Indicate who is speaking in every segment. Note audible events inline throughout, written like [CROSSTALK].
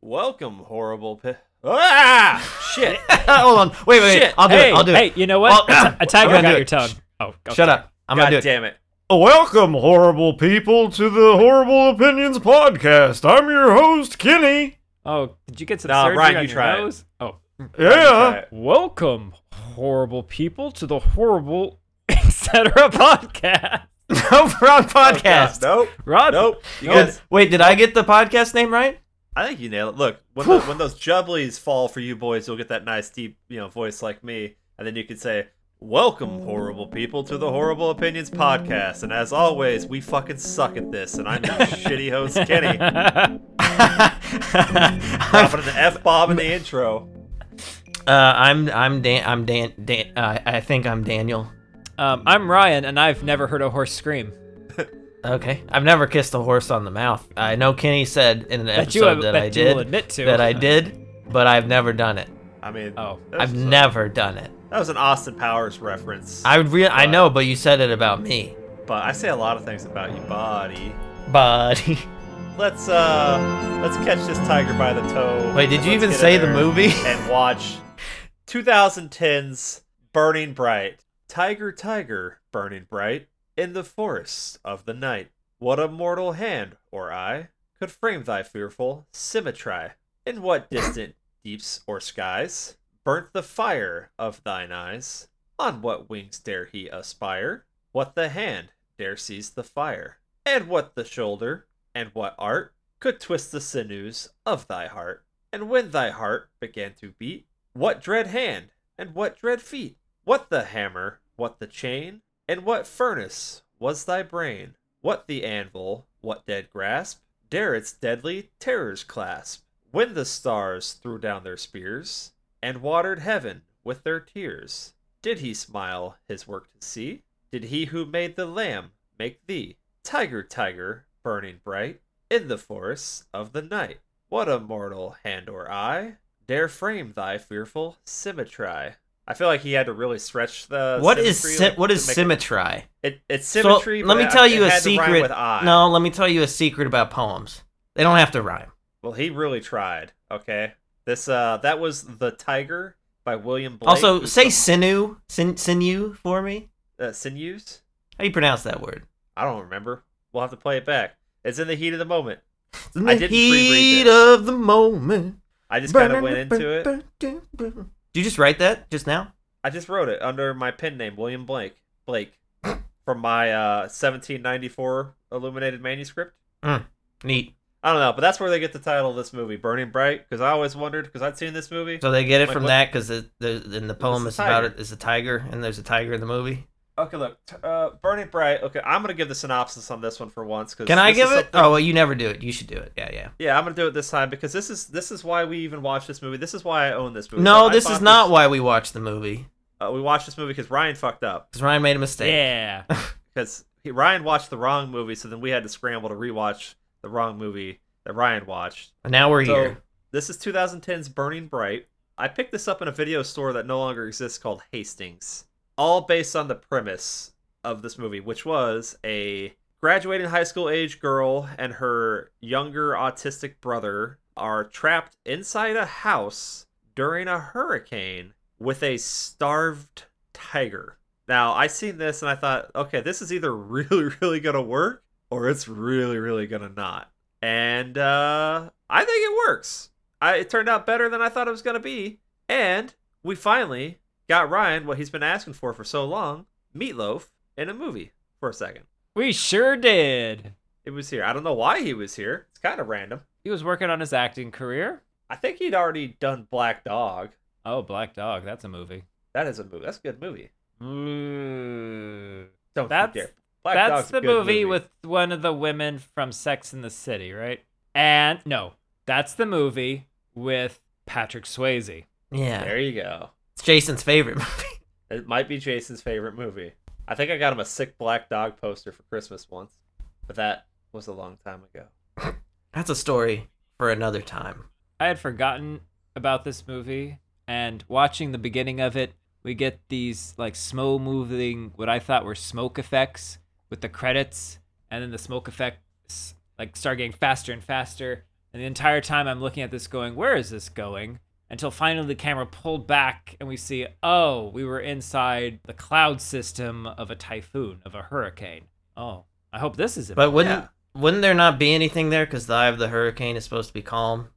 Speaker 1: Welcome, horrible pi- Ah! [LAUGHS] Shit.
Speaker 2: Hold on. Wait, wait.
Speaker 1: Shit.
Speaker 2: I'll do
Speaker 1: Hey,
Speaker 2: it. I'll do
Speaker 3: Hey,
Speaker 2: it.
Speaker 3: you know what?
Speaker 2: Well,
Speaker 3: a tiger
Speaker 2: I'm gonna
Speaker 3: got
Speaker 2: do
Speaker 3: your
Speaker 2: it.
Speaker 3: tongue. Oh, okay.
Speaker 2: Shut up. I'm
Speaker 1: God
Speaker 2: gonna do it.
Speaker 1: damn it.
Speaker 2: Welcome, horrible people, to the Horrible Opinions podcast. I'm your host, Kenny.
Speaker 3: Oh, did you get some
Speaker 1: Nah,
Speaker 3: surgery
Speaker 1: Ryan,
Speaker 3: on
Speaker 1: you
Speaker 3: your
Speaker 1: try it.
Speaker 3: nose? Oh,
Speaker 1: Try
Speaker 3: [LAUGHS]
Speaker 1: it.
Speaker 3: welcome, horrible people, to the horrible [LAUGHS] etc. podcast.
Speaker 2: [LAUGHS] No, wrong podcast.
Speaker 1: Oh, Nope.
Speaker 3: Rob,
Speaker 1: Nope. You
Speaker 3: Nope.
Speaker 1: guys,
Speaker 2: Wait, did I get the podcast name right?
Speaker 1: I think you nailed it. Look, when, the, when those jubblies fall for you boys, you'll get that nice deep, you know, voice like me, and then you can say, "Welcome, horrible people, to the Horrible Opinions podcast." And as always, we fucking suck at this, and I'm your shitty host, Kenny,
Speaker 3: Mm.
Speaker 2: I'm,
Speaker 1: dropping an f bomb in the intro.
Speaker 2: [LAUGHS] uh, I'm I'm Dan I'm Dan Dan uh, I think I'm Daniel.
Speaker 3: um, I'm Ryan, and I've never heard a horse scream.
Speaker 2: Okay. I've never kissed a horse on the mouth. I know Kenny said in an
Speaker 3: That
Speaker 2: episode
Speaker 3: you have-
Speaker 2: that,
Speaker 3: that
Speaker 2: I
Speaker 3: you
Speaker 2: did
Speaker 3: will admit to.
Speaker 2: that I
Speaker 3: [LAUGHS]
Speaker 2: did, but I've never done it.
Speaker 1: I mean,
Speaker 3: Oh.
Speaker 1: that was,
Speaker 2: I've never done it.
Speaker 1: that was an Austin Powers reference,
Speaker 2: I would re- I know, but you said it about me,
Speaker 1: but I say a lot of things about you, buddy.
Speaker 2: buddy.
Speaker 1: Let's uh, let's catch this tiger by the toe.
Speaker 2: [LAUGHS] Wait, did you
Speaker 1: Let's
Speaker 2: even
Speaker 1: get in
Speaker 2: say the
Speaker 1: there.
Speaker 2: movie?
Speaker 1: and watch 2010's Burning Bright. Tiger, tiger, burning bright, in the forests of the night. What a mortal hand or eye could frame thy fearful symmetry? In what distant deeps or skies burnt the fire of thine eyes? On what wings dare he aspire? What the hand dare seize the fire? And what the shoulder, and what art could twist the sinews of thy heart? And when thy heart began to beat, what dread hand and what dread feet? What the hammer, what the chain, and what furnace was thy brain? What the anvil, what dead grasp, dare its deadly terrors clasp? When the stars threw down their spears, and watered heaven with their tears, did he smile his work to see? Did he who made the lamb make thee? Tiger, tiger, burning bright, in the forests of the night. What a mortal hand or eye dare frame thy fearful symmetry? I feel like he had to really stretch the.
Speaker 2: [LAUGHS] What is
Speaker 1: Uh, symmetry,
Speaker 2: sy-
Speaker 1: like,
Speaker 2: what
Speaker 1: to
Speaker 2: is
Speaker 1: make
Speaker 2: symmetry?
Speaker 1: It, it- it's
Speaker 2: So,
Speaker 1: symmetry.
Speaker 2: let me
Speaker 1: but
Speaker 2: tell
Speaker 1: it
Speaker 2: you a
Speaker 1: had to rhyme
Speaker 2: secret.
Speaker 1: With eye.
Speaker 2: No, let me tell you a secret about poems. They don't have to rhyme.
Speaker 1: Well, he really tried. Okay. This uh, that was the Tiger by William Blake.
Speaker 2: also,
Speaker 1: who's
Speaker 2: say
Speaker 1: the-
Speaker 2: sinew, sin- sinew for me.
Speaker 1: uh, sinews.
Speaker 2: How do you pronounce that word?
Speaker 1: I don't remember. We'll have to play it back. It's in the heat of the moment.
Speaker 2: In
Speaker 1: I
Speaker 2: the
Speaker 1: didn't
Speaker 2: heat
Speaker 1: pre-read this.
Speaker 2: of the moment.
Speaker 1: I just kind of went into it.
Speaker 2: Did you just write that just now?
Speaker 1: I just wrote it under my pen name, William Blake. Blake, from my uh 1794 illuminated manuscript.
Speaker 2: Neat.
Speaker 1: I don't know, but that's where they get the title of this movie, Burning Bright, because I always wondered because I'd seen this movie.
Speaker 2: So they get it
Speaker 1: Like
Speaker 2: from
Speaker 1: what-
Speaker 2: that 'cause that because the, in the poem
Speaker 1: a
Speaker 2: is about
Speaker 1: tiger.
Speaker 2: it is a tiger and there's a tiger in the movie.
Speaker 1: Okay, look, t- uh, Burning Bright. Okay, I'm gonna give the synopsis on this one for once. Cause
Speaker 2: Can I
Speaker 1: this
Speaker 2: give
Speaker 1: is
Speaker 2: it?
Speaker 1: something-
Speaker 2: Oh, well, you never do it. You should do it. Yeah, yeah.
Speaker 1: Yeah, I'm gonna do it this time because this is this is why we even watched this movie. This is why I own this movie.
Speaker 2: No,
Speaker 1: So I
Speaker 2: this is
Speaker 1: bought
Speaker 2: not why we watched the movie.
Speaker 1: uh, we watched this movie because Ryan fucked up
Speaker 2: Because Ryan made a mistake. [LAUGHS]
Speaker 3: Yeah.
Speaker 1: because he, Ryan watched the wrong movie, so then we had to scramble to rewatch the wrong movie that Ryan watched.
Speaker 2: And now we're
Speaker 1: So-
Speaker 2: here.
Speaker 1: This is 2010's Burning Bright. I picked this up in a video store that no longer exists called Hastings. All based on the premise of this movie, which was a graduating high school age girl and her younger autistic brother are trapped inside a house during a hurricane with a starved tiger. Now, I seen this and I thought, okay, this is either [LAUGHS] really, really gonna work or it's really, really gonna not. And uh, I think it works. I, it turned out better than I thought it was gonna be. And we finally got Ryan what he's been asking for for so long meatloaf in a movie for a second.
Speaker 3: We sure did.
Speaker 1: It was here. I don't know why he was here. It's kind of random.
Speaker 3: He was working on his acting career.
Speaker 1: I think he'd already done Black Dog.
Speaker 3: Oh, Black Dog. That's a movie.
Speaker 1: That is a movie. That's a good movie.
Speaker 3: Mm.
Speaker 1: Don't you
Speaker 3: That's-
Speaker 1: dare. Black
Speaker 3: That's
Speaker 1: Dog's a
Speaker 3: the
Speaker 1: good
Speaker 3: movie, with one of the women from Sex in the City, right? And no, that's the movie with Patrick Swayze.
Speaker 2: Yeah.
Speaker 1: There you go.
Speaker 2: It's Jason's favorite [LAUGHS] movie.
Speaker 1: It might be Jason's favorite movie. I think I got him a sick Black Dog poster for Christmas once, but that was a long time ago.
Speaker 2: That's a story for another time.
Speaker 3: I had forgotten about this movie, and watching the beginning of it, we get these like slow moving, what I thought were smoke effects with the credits, and then the smoke effects like start getting faster and faster, and And the entire time I'm looking at this going, where is this going? Until finally the camera pulled back and we see, oh, we were inside the cloud system of a typhoon, of a hurricane. Oh, I hope this isn't.
Speaker 2: But wouldn't wouldn't there not be anything there? Because the eye of the hurricane is supposed to be calm,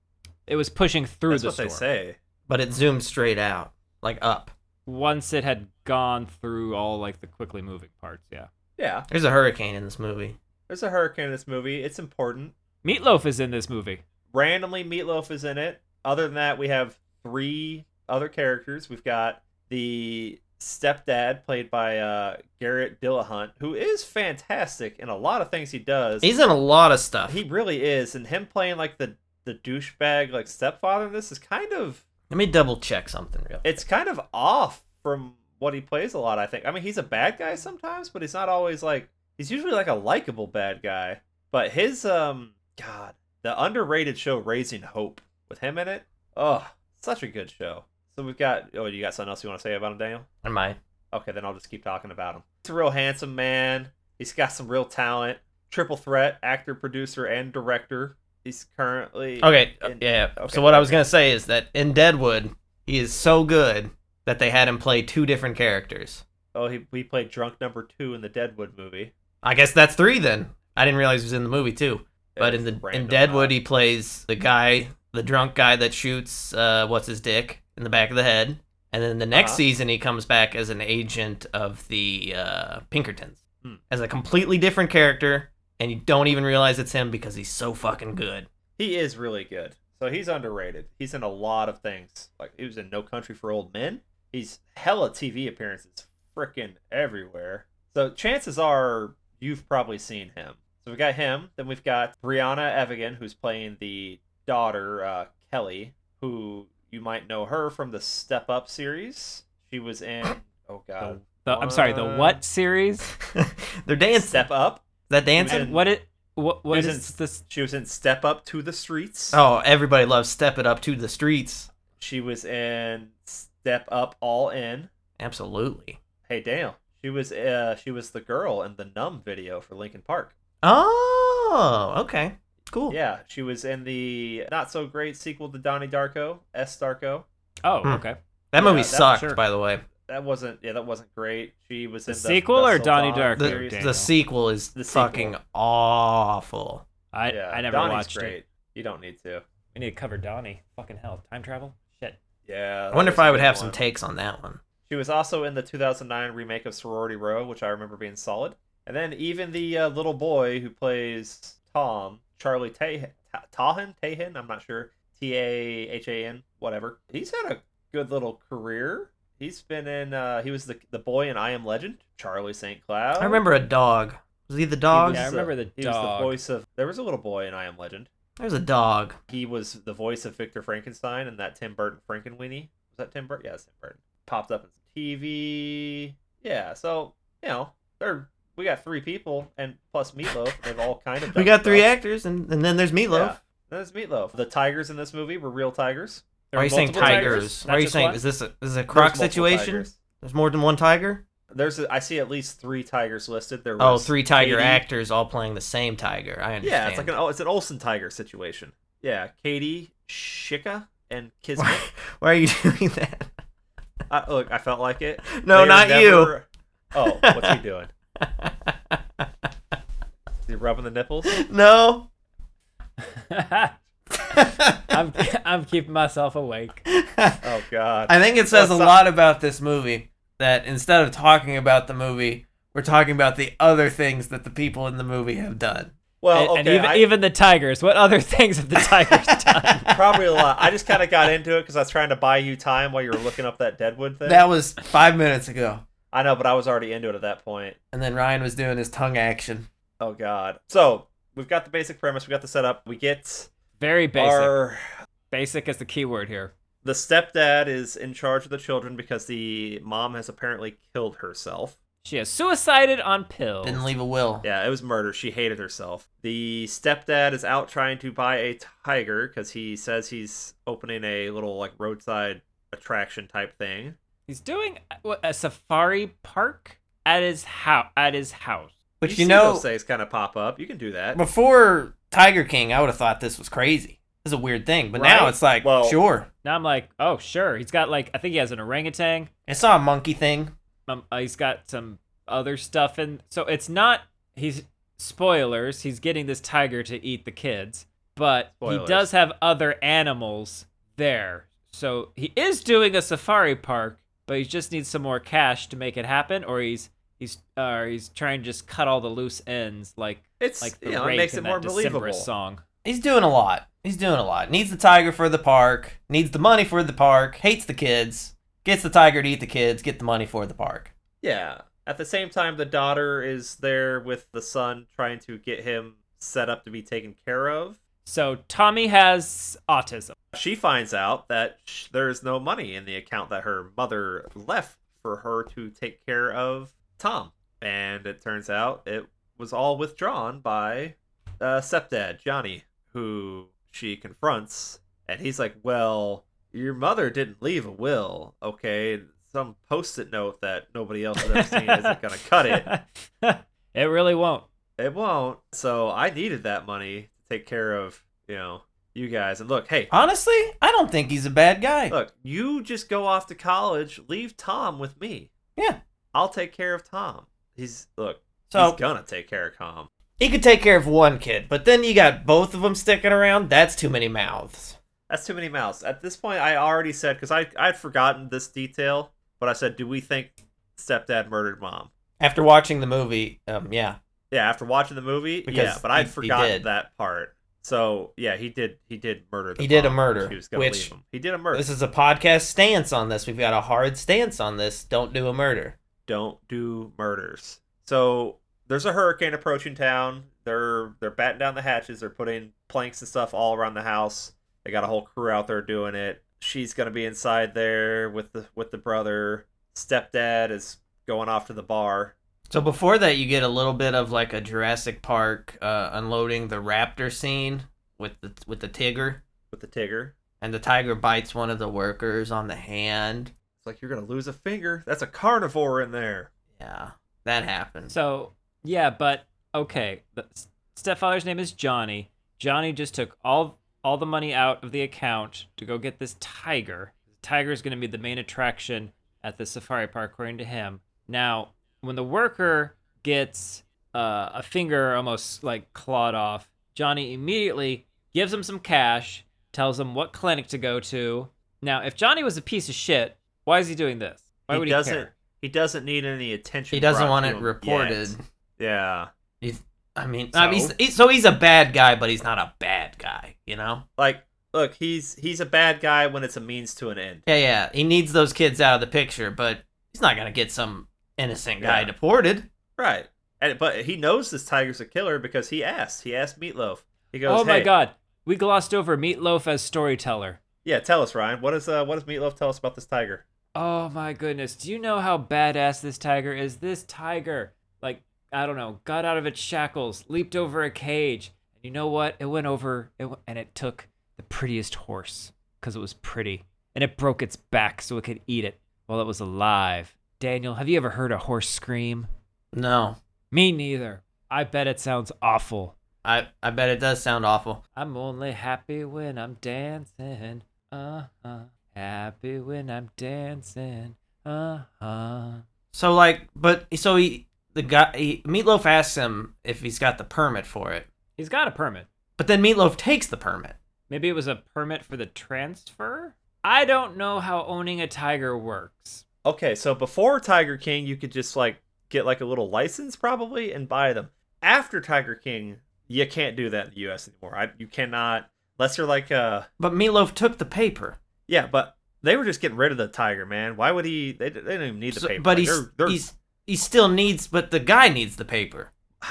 Speaker 3: it was pushing through
Speaker 1: That's
Speaker 3: the
Speaker 1: what
Speaker 3: storm.
Speaker 1: they say.
Speaker 2: but it zoomed straight out, like up.
Speaker 3: Once it had gone through all like the quickly moving parts, yeah.
Speaker 1: Yeah,
Speaker 2: There's a hurricane in this movie.
Speaker 1: there's a hurricane in this movie. It's important.
Speaker 3: Meatloaf is in this movie.
Speaker 1: Randomly, Meatloaf is in it. Other than that, we have three other characters. We've got the stepdad played by uh, Garrett Dillahunt, who is fantastic in a lot of things he does.
Speaker 2: He's in a lot of stuff.
Speaker 1: he really is, and him playing like the the douchebag like stepfather in this is kind of
Speaker 2: Let me double check something real.
Speaker 1: it's kind of off from what he plays a lot. I think. I mean, he's a bad guy sometimes, but he's not always like he's usually like a likable bad guy. But his um God, the underrated show Raising Hope with him in it. Oh, such a good show. So we've got. Oh, you got something else you want to say about him, Daniel?
Speaker 2: Am I?
Speaker 1: Okay, then I'll just keep talking about him. He's a real handsome man. He's got some real talent. Triple threat actor, producer, and director. He's currently
Speaker 2: Okay. uh,
Speaker 1: In-
Speaker 2: yeah.
Speaker 1: okay,
Speaker 2: so what I was
Speaker 1: okay.
Speaker 2: gonna say is that in Deadwood, he is so good that they had him play two different characters.
Speaker 1: Oh, he we played drunk number two in the Deadwood movie.
Speaker 2: I guess that's three then. I didn't realize he was in the movie too. But
Speaker 1: It's
Speaker 2: in the in
Speaker 1: random,
Speaker 2: Deadwood,
Speaker 1: uh,
Speaker 2: he plays the guy, the drunk guy that shoots uh, what's his dick in the back of the head, and then the next
Speaker 1: Uh-huh.
Speaker 2: season he comes back as an agent of the uh, Pinkertons,
Speaker 1: Hmm.
Speaker 2: as a completely different character, and you don't even realize it's him because he's so fucking good. [LAUGHS]
Speaker 1: He is really good. So he's underrated. He's in a lot of things. Like he was in No Country for Old Men. He's hella TV appearances freaking everywhere. So chances are you've probably seen him. So we got him. Then we've got Brianna Evigan, who's playing the daughter uh, Kelly, who you might know her from the Step Up series. She was in oh god,
Speaker 3: The, I'm sorry, the what series?
Speaker 2: They're dancing.
Speaker 1: Step Up.
Speaker 2: That dance.
Speaker 1: And-
Speaker 3: what it? What, what
Speaker 1: Isn't-
Speaker 3: is this?
Speaker 1: She was in Step Up to the Streets.
Speaker 2: Oh, everybody loves Step It Up to the Streets.
Speaker 1: She was in Step Up All In.
Speaker 2: Absolutely.
Speaker 1: Hey Daniel, she was uh she was the girl in the Numb video for Linkin Park.
Speaker 2: Oh, okay. Cool.
Speaker 1: Yeah, she was in the not so great sequel to Donnie Darko, S Darko.
Speaker 3: Oh,
Speaker 2: Hmm.
Speaker 3: okay.
Speaker 2: That movie
Speaker 1: Yeah, that-
Speaker 2: sucked,
Speaker 3: sure.
Speaker 2: by the way.
Speaker 1: That wasn't yeah, that wasn't great. She was
Speaker 3: The
Speaker 1: in the
Speaker 3: sequel
Speaker 1: the
Speaker 3: or Donnie
Speaker 1: Sylvan
Speaker 3: Darko,
Speaker 2: The,
Speaker 1: series.
Speaker 3: Daniel?
Speaker 2: the sequel is
Speaker 1: The sequel.
Speaker 2: fucking awful.
Speaker 3: I
Speaker 1: Yeah,
Speaker 3: I never
Speaker 1: Donnie's
Speaker 3: watched
Speaker 1: great.
Speaker 3: it.
Speaker 1: You don't need to.
Speaker 3: We need to cover Donnie. Fucking hell, time travel. Shit. [LAUGHS]
Speaker 1: Yeah.
Speaker 2: I
Speaker 1: that
Speaker 2: wonder if
Speaker 1: was a
Speaker 2: I would
Speaker 1: good
Speaker 2: have
Speaker 1: one.
Speaker 2: some takes on that one.
Speaker 1: She was also in the 2009 remake of Sorority Row, which I remember being solid. And then even the uh, little boy who plays Tom, Charlie Tahan, Tahan, Tahan, I'm not sure, T A H A N, whatever. He's had a good little career. He's been in. Uh, he was the the boy in I Am Legend, Charlie St. Cloud.
Speaker 2: I remember a dog. Was he the
Speaker 1: He
Speaker 2: dog?
Speaker 1: was
Speaker 3: Yeah, I remember the
Speaker 1: he was
Speaker 3: dog.
Speaker 1: the voice of. There was a little boy in I Am Legend.
Speaker 2: There's a dog.
Speaker 1: He was the voice of Victor Frankenstein and that Tim Burton Frankenweenie. Was that Tim Burton? Yeah, it's Tim Burton. Popped up in some TV. Yeah, so you know, there we got three people and plus Meatloaf. They've all kind of.
Speaker 2: [LAUGHS] We
Speaker 1: done
Speaker 2: got three
Speaker 1: stuff.
Speaker 2: actors, and, and then there's Meatloaf.
Speaker 1: Yeah. There's Meatloaf. The tigers in this movie were real tigers.
Speaker 3: There
Speaker 2: Why are
Speaker 3: were
Speaker 2: you saying
Speaker 3: multiple
Speaker 2: tigers? Why
Speaker 3: Not
Speaker 2: are you
Speaker 3: just
Speaker 2: saying
Speaker 3: one?
Speaker 2: is this a, is this a
Speaker 1: There's
Speaker 2: croc
Speaker 1: multiple
Speaker 2: situation?
Speaker 1: tigers.
Speaker 2: There's more than one tiger.
Speaker 1: There's a, I see at least three tigers listed. There.
Speaker 2: Oh,
Speaker 1: was
Speaker 2: three tiger
Speaker 1: Katie.
Speaker 2: actors all playing the same tiger. I understand.
Speaker 1: Yeah, it's like an oh, it's an Olsen tiger situation. Yeah, Katie, Shika, and Kismet.
Speaker 2: [LAUGHS] Why, why are you doing that?
Speaker 1: I, look, I felt like it.
Speaker 2: No,
Speaker 1: They are
Speaker 2: not you.
Speaker 1: never- Oh, what's he doing? Is he rubbing the nipples?
Speaker 2: No. [LAUGHS]
Speaker 3: I'm I'm keeping myself awake.
Speaker 1: Oh God.
Speaker 2: I think it says a
Speaker 1: Well, so-
Speaker 2: lot about this movie that instead of talking about the movie, we're talking about the other things that the people in the movie
Speaker 1: [LAUGHS]
Speaker 2: have done.
Speaker 1: Well,
Speaker 3: and,
Speaker 1: okay,
Speaker 3: and even
Speaker 1: I,
Speaker 3: even the tigers. What other [LAUGHS] things have the tigers done?
Speaker 1: probably a lot. I just kind of got into it because I was trying to buy you time while you were looking up that Deadwood thing.
Speaker 2: That was five minutes ago.
Speaker 1: I know, but I was already into it at that point.
Speaker 2: And then Ryan was doing his tongue action.
Speaker 1: Oh God. So we've got the basic premise. We got the setup. We get
Speaker 3: Very basic.
Speaker 1: our
Speaker 3: Basic is the key word here.
Speaker 1: the stepdad is in charge of the children because the mom has apparently killed herself.
Speaker 3: She has suicided on pills.
Speaker 2: Didn't leave a will.
Speaker 1: Oh. Yeah, it was murder. She hated herself. The stepdad is out trying to buy a tiger because he says he's opening a little like roadside attraction type thing.
Speaker 3: He's doing a, what, a safari park at his house. At his house.
Speaker 2: But you,
Speaker 1: see
Speaker 2: know,
Speaker 1: those things kind of pop up. You can do that.
Speaker 2: before Tiger King, I would have thought this was crazy. This is a weird thing, but
Speaker 3: Right?
Speaker 2: now it's like,
Speaker 1: Well-
Speaker 2: sure.
Speaker 3: Now I'm like, oh sure, he's got like I think he has an orangutan.
Speaker 2: I saw a monkey thing.
Speaker 3: Um, uh, he's got some other stuff in. So it's not he's spoilers. He's getting this tiger to eat the kids, but he
Speaker 1: Spoilers.
Speaker 3: does have other animals there. So he is doing a safari park, but he just needs some more cash to make it happen, or he's he's uh, he's trying to just cut all the loose ends, like
Speaker 1: It's
Speaker 3: like the
Speaker 1: you know,
Speaker 3: rake
Speaker 1: it makes it
Speaker 3: in
Speaker 1: more
Speaker 3: that Decemberist
Speaker 1: believable.
Speaker 3: song.
Speaker 2: He's doing a lot. He's doing a lot. Needs the tiger for the park. Needs the money for the park. Hates the kids. Gets the tiger to eat the kids. Get the money for the park.
Speaker 1: Yeah. At the same time, the daughter is there with the son, trying to get him set up to be taken care of.
Speaker 3: So Tommy has autism.
Speaker 1: She finds out that sh- there is no money in the account that her mother left for her to take care of Tom, and it turns out it was all withdrawn by uh, stepdad Johnny, who she confronts, and he's like, "Well, your mother didn't leave a will, okay? Some post-it note that nobody else has ever seen isn't gonna cut it."
Speaker 3: it. [LAUGHS] it really won't.
Speaker 1: It won't. So I needed that money to take care of, you know, you guys. And look, hey,
Speaker 2: Honestly, I don't think he's a bad
Speaker 1: [LAUGHS]
Speaker 2: guy.
Speaker 1: look, you just go off to college, leave Tom with me.
Speaker 2: Yeah.
Speaker 1: I'll take care of Tom. He's look,
Speaker 2: So-
Speaker 1: he's gonna take care of Tom.
Speaker 2: He could take care of one kid, but then you got both of them sticking around. That's too many mouths.
Speaker 1: That's too many mouths. At this point, I already said because I I'd forgotten this detail, but I said, do we think stepdad murdered mom?
Speaker 2: After watching the movie, um, yeah,
Speaker 1: Yeah, after watching the movie, yeah,
Speaker 2: Because
Speaker 1: but I'd
Speaker 2: he- he
Speaker 1: forgotten
Speaker 2: did.
Speaker 1: that part. So yeah, he did. He did murder. The
Speaker 2: He did a
Speaker 1: mom.
Speaker 2: murder,
Speaker 1: She was gonna
Speaker 2: which-
Speaker 1: leave him. he did a murder.
Speaker 2: this is a podcast stance on this. We've got a hard stance on this. Don't do a murder.
Speaker 1: don't do murders. So there's a hurricane approaching town. They're they're batting down the hatches. They're putting planks and stuff all around the house. They got a whole crew out there doing it. She's gonna be inside there with the with the brother. Stepdad is going off to the bar.
Speaker 2: So before that, you get a little bit of like a Jurassic Park uh, unloading the raptor scene with the with the tiger,
Speaker 1: with the tigger.
Speaker 2: and the tiger bites one of the workers on the hand.
Speaker 1: It's like you're gonna lose a finger. That's a carnivore in there.
Speaker 2: Yeah, that happens.
Speaker 3: So yeah, but okay. The s- stepfather's name is Johnny. Johnny just took all all the money out of the account to go get this tiger. The tiger is going to be the main attraction at the safari park, according to him. Now, when the worker gets uh, a finger almost like clawed off, Johnny immediately gives him some cash, tells him what clinic to go to. Now, if Johnny was a piece of shit, why is he doing this? Why
Speaker 1: He
Speaker 3: would he
Speaker 1: doesn't
Speaker 3: care?
Speaker 1: he doesn't need any attention.
Speaker 2: he doesn't
Speaker 1: brought
Speaker 2: want
Speaker 1: to
Speaker 2: it
Speaker 1: him
Speaker 2: reported.
Speaker 1: yet. Yeah.
Speaker 2: I mean, I mean,
Speaker 3: So?
Speaker 2: Um, he's, he- so he's a bad guy, but he's not a bad guy, you know?
Speaker 1: Like look, he's he's a bad guy when it's a means to an end.
Speaker 2: Yeah, yeah. He needs those kids out of the picture, but he's not gonna get some innocent guy
Speaker 1: Yeah.
Speaker 2: deported.
Speaker 1: Right. And but he knows this tiger's a killer because he asked. He asked Meatloaf. He goes,
Speaker 3: Oh my
Speaker 1: "Hey,
Speaker 3: god, we glossed over Meatloaf as storyteller.
Speaker 1: Yeah, tell us, Ryan. What is uh what does Meatloaf tell us about this tiger?
Speaker 3: Oh my goodness, do you know how badass this tiger is? This tiger, like, I don't know, got out of its shackles, leaped over a cage, and you know what? It went over it w- and it took the prettiest horse because it was pretty, and it broke its back so it could eat it while it was alive. Daniel, have you ever heard a horse scream?
Speaker 2: No.
Speaker 3: Me neither. I bet it sounds awful.
Speaker 2: I, I bet it does sound awful.
Speaker 3: I'm only happy when I'm dancing. Uh huh. Happy when I'm dancing. Uh huh.
Speaker 2: So like but so he the guy he, Meatloaf asks him if he's got the permit for it.
Speaker 3: He's got a permit.
Speaker 2: But then Meatloaf takes the permit.
Speaker 3: Maybe it was a permit for the transfer? I don't know how owning a tiger works.
Speaker 1: Okay, so before Tiger King, you could just like get like a little license probably and buy them. After Tiger King, you can't do that in the U.S. anymore. I, you cannot unless you're like uh
Speaker 2: But Meatloaf took the paper.
Speaker 1: yeah, but they were just getting rid of the tiger, man. Why would he? They, they didn't even need the
Speaker 2: So-
Speaker 1: paper. Like,
Speaker 2: but he's,
Speaker 1: they're- they're-
Speaker 2: he's he still needs but the guy needs the paper.
Speaker 1: [SIGHS]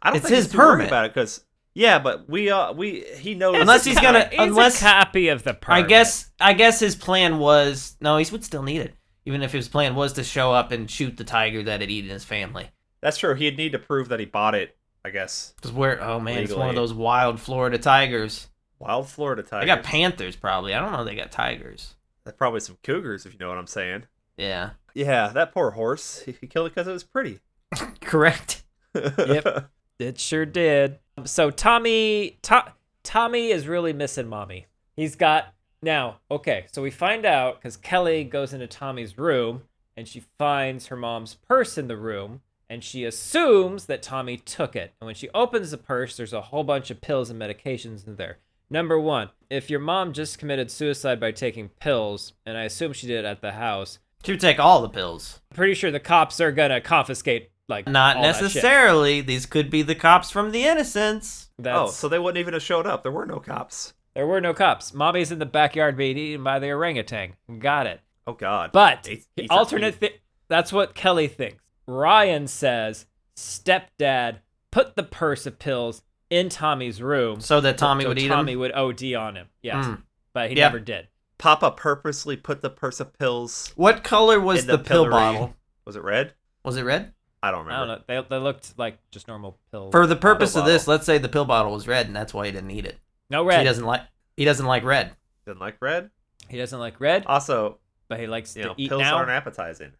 Speaker 1: I don't
Speaker 2: it's
Speaker 1: think
Speaker 2: his
Speaker 1: he's too worried
Speaker 2: permit.
Speaker 1: about it because yeah, but we uh we he knows
Speaker 2: Unless he's gonna-
Speaker 3: It's
Speaker 2: unless-
Speaker 3: a copy of the permit.
Speaker 2: I guess I guess his plan was no, he would still need it. Even if his plan was to show up and shoot the tiger that had eaten his family.
Speaker 1: that's true. He'd need to prove that he bought it. I guess
Speaker 2: Because we're oh man, it's one of
Speaker 1: Legally.
Speaker 2: those wild Florida tigers.
Speaker 1: wild Florida tiger.
Speaker 2: They got panthers probably. I don't know. if They got tigers.
Speaker 1: probably some cougars if you know what I'm saying.
Speaker 2: Yeah, [LAUGHS]
Speaker 1: Yeah, that poor horse. He, he killed it because it was pretty. Oh,
Speaker 2: correct.
Speaker 1: [LAUGHS] yep.
Speaker 3: It sure did. So Tommy, to- Tommy is really missing mommy. He's got now, okay, so we find out because Kelly goes into Tommy's room and she finds her mom's purse in the room and she assumes that Tommy took it. And when she opens the purse, there's a whole bunch of pills and medications in there. Number one, if your mom just committed suicide by taking pills, and I assume she did at the house,
Speaker 2: She would take all the pills.
Speaker 3: pretty sure the cops are gonna confiscate like
Speaker 2: Not
Speaker 3: all that shit.
Speaker 2: necessarily. These could be the cops from the innocents.
Speaker 1: Oh,
Speaker 3: That's-
Speaker 1: so they wouldn't even have showed up. There were no cops.
Speaker 3: There were no cops. Mommy's in the backyard being eaten by the orangutan. Got it.
Speaker 1: Oh God.
Speaker 3: But
Speaker 1: Eat-
Speaker 3: the
Speaker 1: eat their
Speaker 3: alternate thi- that's what Kelly thinks. Ryan says stepdad put the purse of pills in Tommy's room
Speaker 2: So that Tommy
Speaker 3: so
Speaker 2: would eat
Speaker 3: Tommy
Speaker 2: them.
Speaker 3: would OD on him. Yes.
Speaker 2: Mm.
Speaker 3: But he
Speaker 2: Yeah.
Speaker 3: never did.
Speaker 1: Papa purposely put the purse of pills.
Speaker 2: What color was
Speaker 1: in
Speaker 2: the,
Speaker 1: the
Speaker 2: pill
Speaker 1: pillory.
Speaker 2: bottle?
Speaker 1: Was it red?
Speaker 2: Was it red?
Speaker 1: I don't remember.
Speaker 3: I don't know. They, they looked like just normal pills.
Speaker 2: For the purpose
Speaker 1: Pill
Speaker 2: of this, let's say the pill bottle was red, and that's why he didn't eat it.
Speaker 3: no
Speaker 2: He
Speaker 3: red.
Speaker 2: doesn't like. He doesn't like red.
Speaker 1: Didn't like red.
Speaker 3: He doesn't like red,
Speaker 1: Also,
Speaker 3: but he likes
Speaker 1: you
Speaker 3: to
Speaker 1: know,
Speaker 3: eat
Speaker 1: pills
Speaker 3: now.
Speaker 1: aren't appetizing.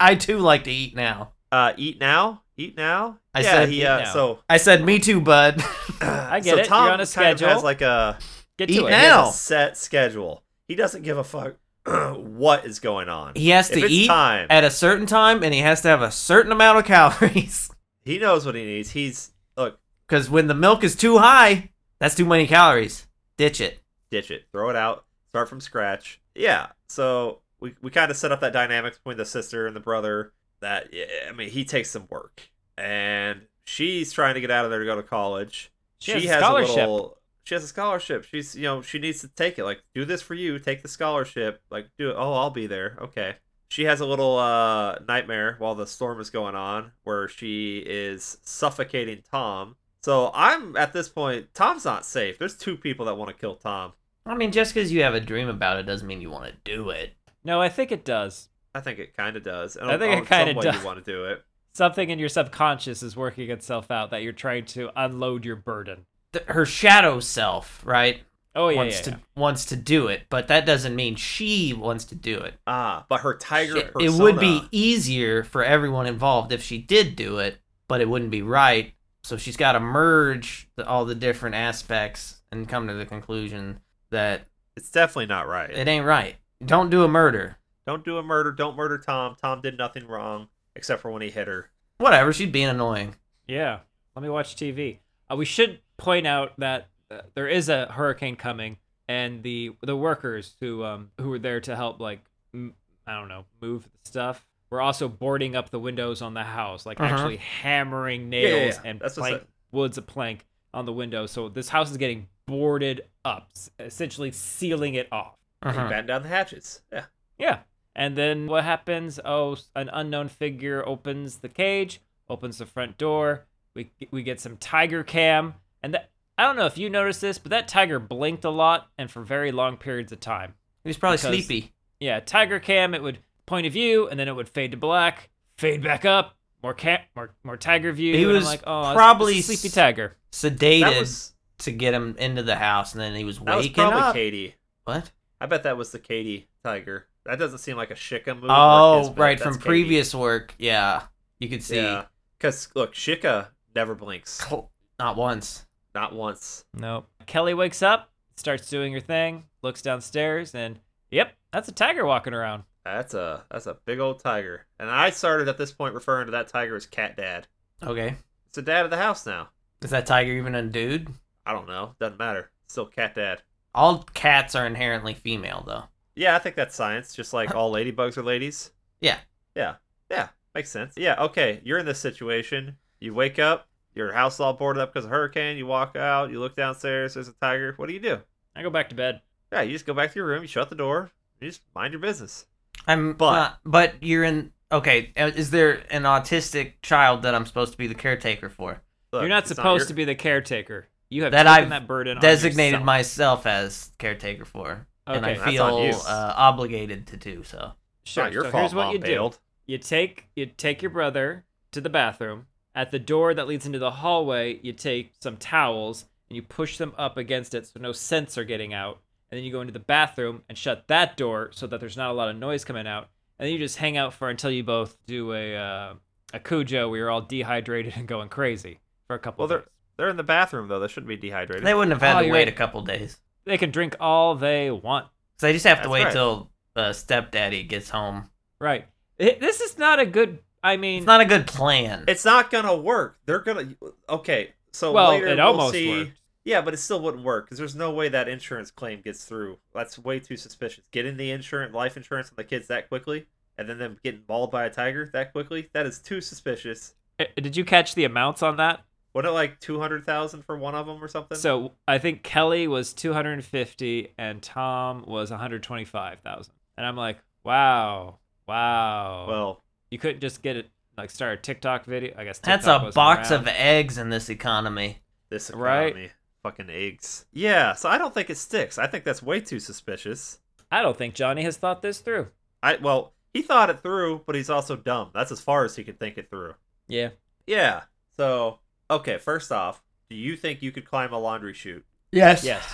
Speaker 2: I too like to eat now.
Speaker 1: Uh, eat now. Eat now.
Speaker 2: I
Speaker 1: yeah,
Speaker 2: said
Speaker 1: he,
Speaker 3: eat
Speaker 1: uh,
Speaker 3: now.
Speaker 1: So
Speaker 2: I said, "Me too, bud." [LAUGHS]
Speaker 1: [CLEARS THROAT] I
Speaker 3: get
Speaker 1: so
Speaker 3: it. You're
Speaker 1: Tom
Speaker 3: on a
Speaker 1: kind of
Speaker 3: schedule.
Speaker 1: has like a,
Speaker 3: Get
Speaker 2: Eat
Speaker 3: to it.
Speaker 1: he has a
Speaker 2: now.
Speaker 1: set schedule. He doesn't give a fuck [CLEARS THROAT] what is going on.
Speaker 2: he has
Speaker 1: If
Speaker 2: to
Speaker 1: it's
Speaker 2: eat
Speaker 1: time.
Speaker 2: at a certain time, and he has to have a certain amount of [LAUGHS] calories.
Speaker 1: He knows what he needs. He's look,
Speaker 2: Because when the milk is too high, that's too many calories. Ditch it.
Speaker 1: ditch it, throw it out, start from scratch. Yeah. So we we kind of set up that dynamic between the sister and the brother. That yeah, I mean, he takes some work, and she's trying to get out of there to go to college.
Speaker 3: She has
Speaker 1: a
Speaker 3: a scholarship.
Speaker 1: little. She has a scholarship. She's you know she needs to take it. Like do this for you. Take the scholarship. Like do it. Oh, I'll be there. Okay. She has a little uh, nightmare while the storm is going on, where she is suffocating Tom. So I'm at this point. Tom's not safe. There's two people that want to kill Tom.
Speaker 2: I mean, just because you have a dream about it doesn't mean you want to do it.
Speaker 3: No, I think it does.
Speaker 1: I think it kind of does.
Speaker 3: I think it kinda does.
Speaker 1: You want to do it.
Speaker 3: Something in your subconscious is working itself out that you're trying to unload your burden.
Speaker 2: Th- her shadow self, right,
Speaker 3: Oh yeah,
Speaker 2: wants
Speaker 3: yeah,
Speaker 2: to
Speaker 3: yeah.
Speaker 2: wants to do it, but that doesn't mean she wants to do it.
Speaker 1: Ah, but her tiger
Speaker 2: Shit, it
Speaker 1: persona.
Speaker 2: would be easier for everyone involved if she did do it, but it wouldn't be right. So she's got to merge the, all the different aspects and come to the conclusion that
Speaker 1: It's definitely not right.
Speaker 2: it ain't right. Don't do a murder.
Speaker 1: Don't do a murder. Don't murder Tom. Tom did nothing wrong except for when he hit her.
Speaker 2: Whatever, she's being annoying.
Speaker 3: Yeah. Let me watch TV. Uh, we should point out that uh, there is a hurricane coming, and the the workers who um who were there to help like m- I don't know move the stuff were also boarding up the windows on the house, like
Speaker 2: Uh-huh.
Speaker 3: actually hammering
Speaker 1: yeah,
Speaker 3: nails
Speaker 1: yeah.
Speaker 3: and
Speaker 1: That's what's
Speaker 3: plank
Speaker 1: up.
Speaker 3: woods of plank on the window. So this house is getting boarded up, s- essentially sealing it off.
Speaker 1: Batten
Speaker 2: Uh-huh.
Speaker 1: down the hatches. Yeah.
Speaker 3: Yeah. And then what happens? Oh, an unknown figure opens the cage, opens the front door. We we get some tiger cam, and that, I don't know if you noticed this, but that tiger blinked a lot and for very long periods of time.
Speaker 2: He's probably
Speaker 3: Because-
Speaker 2: sleepy.
Speaker 3: Yeah, tiger cam. It would point of view, and then it would fade to black, fade back up, more cam, more more tiger view.
Speaker 2: He
Speaker 3: and I'm
Speaker 2: was
Speaker 3: like, oh, it's- it's a
Speaker 2: probably
Speaker 3: sleepy
Speaker 2: s-
Speaker 3: tiger.
Speaker 2: Sedated
Speaker 1: That was
Speaker 2: to get him into the house, and then he was
Speaker 1: that was
Speaker 2: waking
Speaker 1: probably
Speaker 2: up.
Speaker 1: Katie.
Speaker 2: What?
Speaker 1: I bet that was the Katie tiger. That doesn't seem like a Shika move. or his,
Speaker 2: Oh,
Speaker 1: but
Speaker 2: right,
Speaker 1: that's
Speaker 2: from
Speaker 1: Katie.
Speaker 2: previous work. Yeah, you could see
Speaker 1: Yeah. Because look, Shika never blinks.
Speaker 2: Cl- not once.
Speaker 1: Not once.
Speaker 3: Nope. Kelly wakes up, starts doing her thing, looks downstairs, and yep, that's a tiger walking around.
Speaker 1: That's a that's a big old tiger. And I started at this point referring to that tiger as Cat Dad.
Speaker 2: Okay,
Speaker 1: It's a dad of the house now.
Speaker 2: is that tiger even a dude?
Speaker 1: I don't know. Doesn't matter. Still Cat Dad.
Speaker 2: All cats are inherently female, though.
Speaker 1: Yeah, I think that's science. Just like all ladybugs are ladies.
Speaker 2: Yeah.
Speaker 1: Yeah. Yeah. Makes sense. Yeah. Okay. You're in this situation. You wake up. Your house all boarded up because of hurricane. You walk out. You look downstairs. There's a tiger. What do you do?
Speaker 3: I go back to bed.
Speaker 1: Yeah. You just go back to your room. You shut the door. You just mind your business.
Speaker 2: I'm
Speaker 1: But-
Speaker 2: not- but you're in. Okay, uh, is there an autistic child that I'm supposed to be the caretaker for?
Speaker 1: Look,
Speaker 3: You're not
Speaker 1: it's
Speaker 3: supposed
Speaker 1: your-
Speaker 3: to be the caretaker. You have
Speaker 2: That
Speaker 3: taken
Speaker 2: I've
Speaker 3: that burden. on
Speaker 2: Designated
Speaker 3: yourself.
Speaker 2: myself as caretaker for, and I
Speaker 3: Okay,
Speaker 1: that's
Speaker 2: feel
Speaker 1: on you.
Speaker 2: uh, obligated to do so.
Speaker 1: It's
Speaker 3: Sure.
Speaker 1: not your
Speaker 3: so
Speaker 1: fault.
Speaker 3: here's what
Speaker 1: Mom
Speaker 3: you
Speaker 1: bailed.
Speaker 3: do: you take you take your brother to the bathroom. At the door that leads into the hallway, you take some towels and you push them up against it so no scents are getting out. And then you go into the bathroom and shut that door so that there's not a lot of noise coming out. And then you just hang out for until you both do a uh, a cujo where you're all dehydrated [LAUGHS] and going crazy for a couple.
Speaker 1: Well,
Speaker 3: of
Speaker 1: there
Speaker 3: days.
Speaker 1: They're in the bathroom though. They shouldn't be dehydrated.
Speaker 2: They wouldn't have had
Speaker 3: Oh,
Speaker 2: to
Speaker 3: you're
Speaker 2: wait
Speaker 3: right.
Speaker 2: a couple days.
Speaker 3: They can drink all they want.
Speaker 2: So they just have to
Speaker 1: That's
Speaker 2: wait
Speaker 1: right.
Speaker 2: till uh, stepdaddy gets home.
Speaker 3: Right. It- this is not a good. I mean,
Speaker 2: It's not a good plan.
Speaker 1: It's not gonna work. They're gonna. Okay, so
Speaker 3: well,
Speaker 1: later
Speaker 3: it
Speaker 1: we'll
Speaker 3: almost
Speaker 1: see.
Speaker 3: worked.
Speaker 1: Yeah, but it still wouldn't work because there's no way that insurance claim gets through. That's way too suspicious. Getting the insurance, life insurance on the kids that quickly, and then them getting mauled by a tiger that quickly, that is too suspicious.
Speaker 3: Uh, Did you catch the amounts on that?
Speaker 1: Wasn't it like two hundred thousand for one of them or something?
Speaker 3: So I think Kelly was 250 and Tom was 125,000. And I'm like, wow, wow.
Speaker 1: well,
Speaker 3: you couldn't just get it like start a TikTok video. I guess TikTok
Speaker 2: That's a
Speaker 3: wasn't
Speaker 2: box
Speaker 3: around.
Speaker 2: of eggs in this economy.
Speaker 1: this economy,
Speaker 3: Right.
Speaker 1: fucking eggs. Yeah, so I don't think it sticks. I think that's way too suspicious.
Speaker 3: I don't think Johnny has thought this through.
Speaker 1: I well, he thought it through, but he's also dumb. That's as far as he could think it through.
Speaker 3: Yeah.
Speaker 1: Yeah. So, okay, first off, do you think you could climb a laundry chute?
Speaker 2: Yes. [LAUGHS]
Speaker 3: Yes.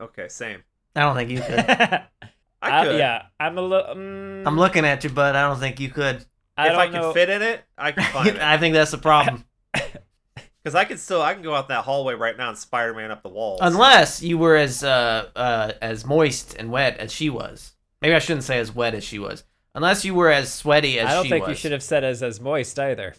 Speaker 1: Okay, same.
Speaker 2: I don't think you could.
Speaker 3: [LAUGHS] I
Speaker 1: I could.
Speaker 3: yeah. I'm a little. Mm,
Speaker 2: I'm looking at you, bud. I don't think you could.
Speaker 3: I
Speaker 1: if
Speaker 3: don't
Speaker 1: I can
Speaker 3: know.
Speaker 1: fit in it, I
Speaker 3: [LAUGHS]
Speaker 1: can climb it.
Speaker 2: [LAUGHS] I think that's the problem.
Speaker 1: Because I can still, I can go out that hallway right now and Spider-Man up the walls.
Speaker 2: Unless you were as uh, uh as moist and wet as she was. Maybe I shouldn't say as wet as she was. Unless you were as sweaty as
Speaker 3: I don't
Speaker 2: she
Speaker 3: think you
Speaker 2: was.
Speaker 3: should have said as as moist either.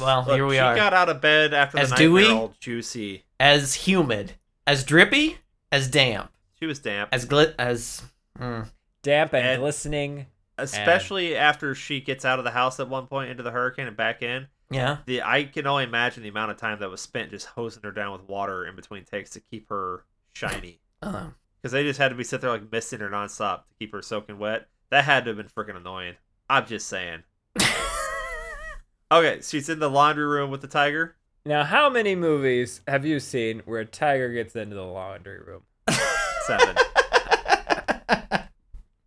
Speaker 2: Well,
Speaker 1: Look,
Speaker 2: here we
Speaker 1: she
Speaker 2: are.
Speaker 1: got out of bed after
Speaker 2: As
Speaker 1: the
Speaker 2: do
Speaker 1: nightmare
Speaker 2: we?
Speaker 1: all juicy.
Speaker 2: As humid, as drippy, as damp,
Speaker 1: She was damp,
Speaker 2: as glit, as. Mm.
Speaker 3: Damp and,
Speaker 1: And-
Speaker 3: glistening.
Speaker 1: especially after she gets out of the house at one point into the hurricane and back in.
Speaker 2: Yeah.
Speaker 1: The I can only imagine the amount of time that was spent just hosing her down with water in between takes to keep her
Speaker 3: [LAUGHS]
Speaker 1: shiny.
Speaker 2: Uh, [LAUGHS]
Speaker 1: because they just had to be sit there like misting her nonstop to keep her soaking wet. That had to have been freaking annoying. I'm just saying. Okay, she's in the laundry room with the tiger.
Speaker 3: Now, how many movies have you seen where a tiger gets into the laundry room? [LAUGHS]
Speaker 1: Seven.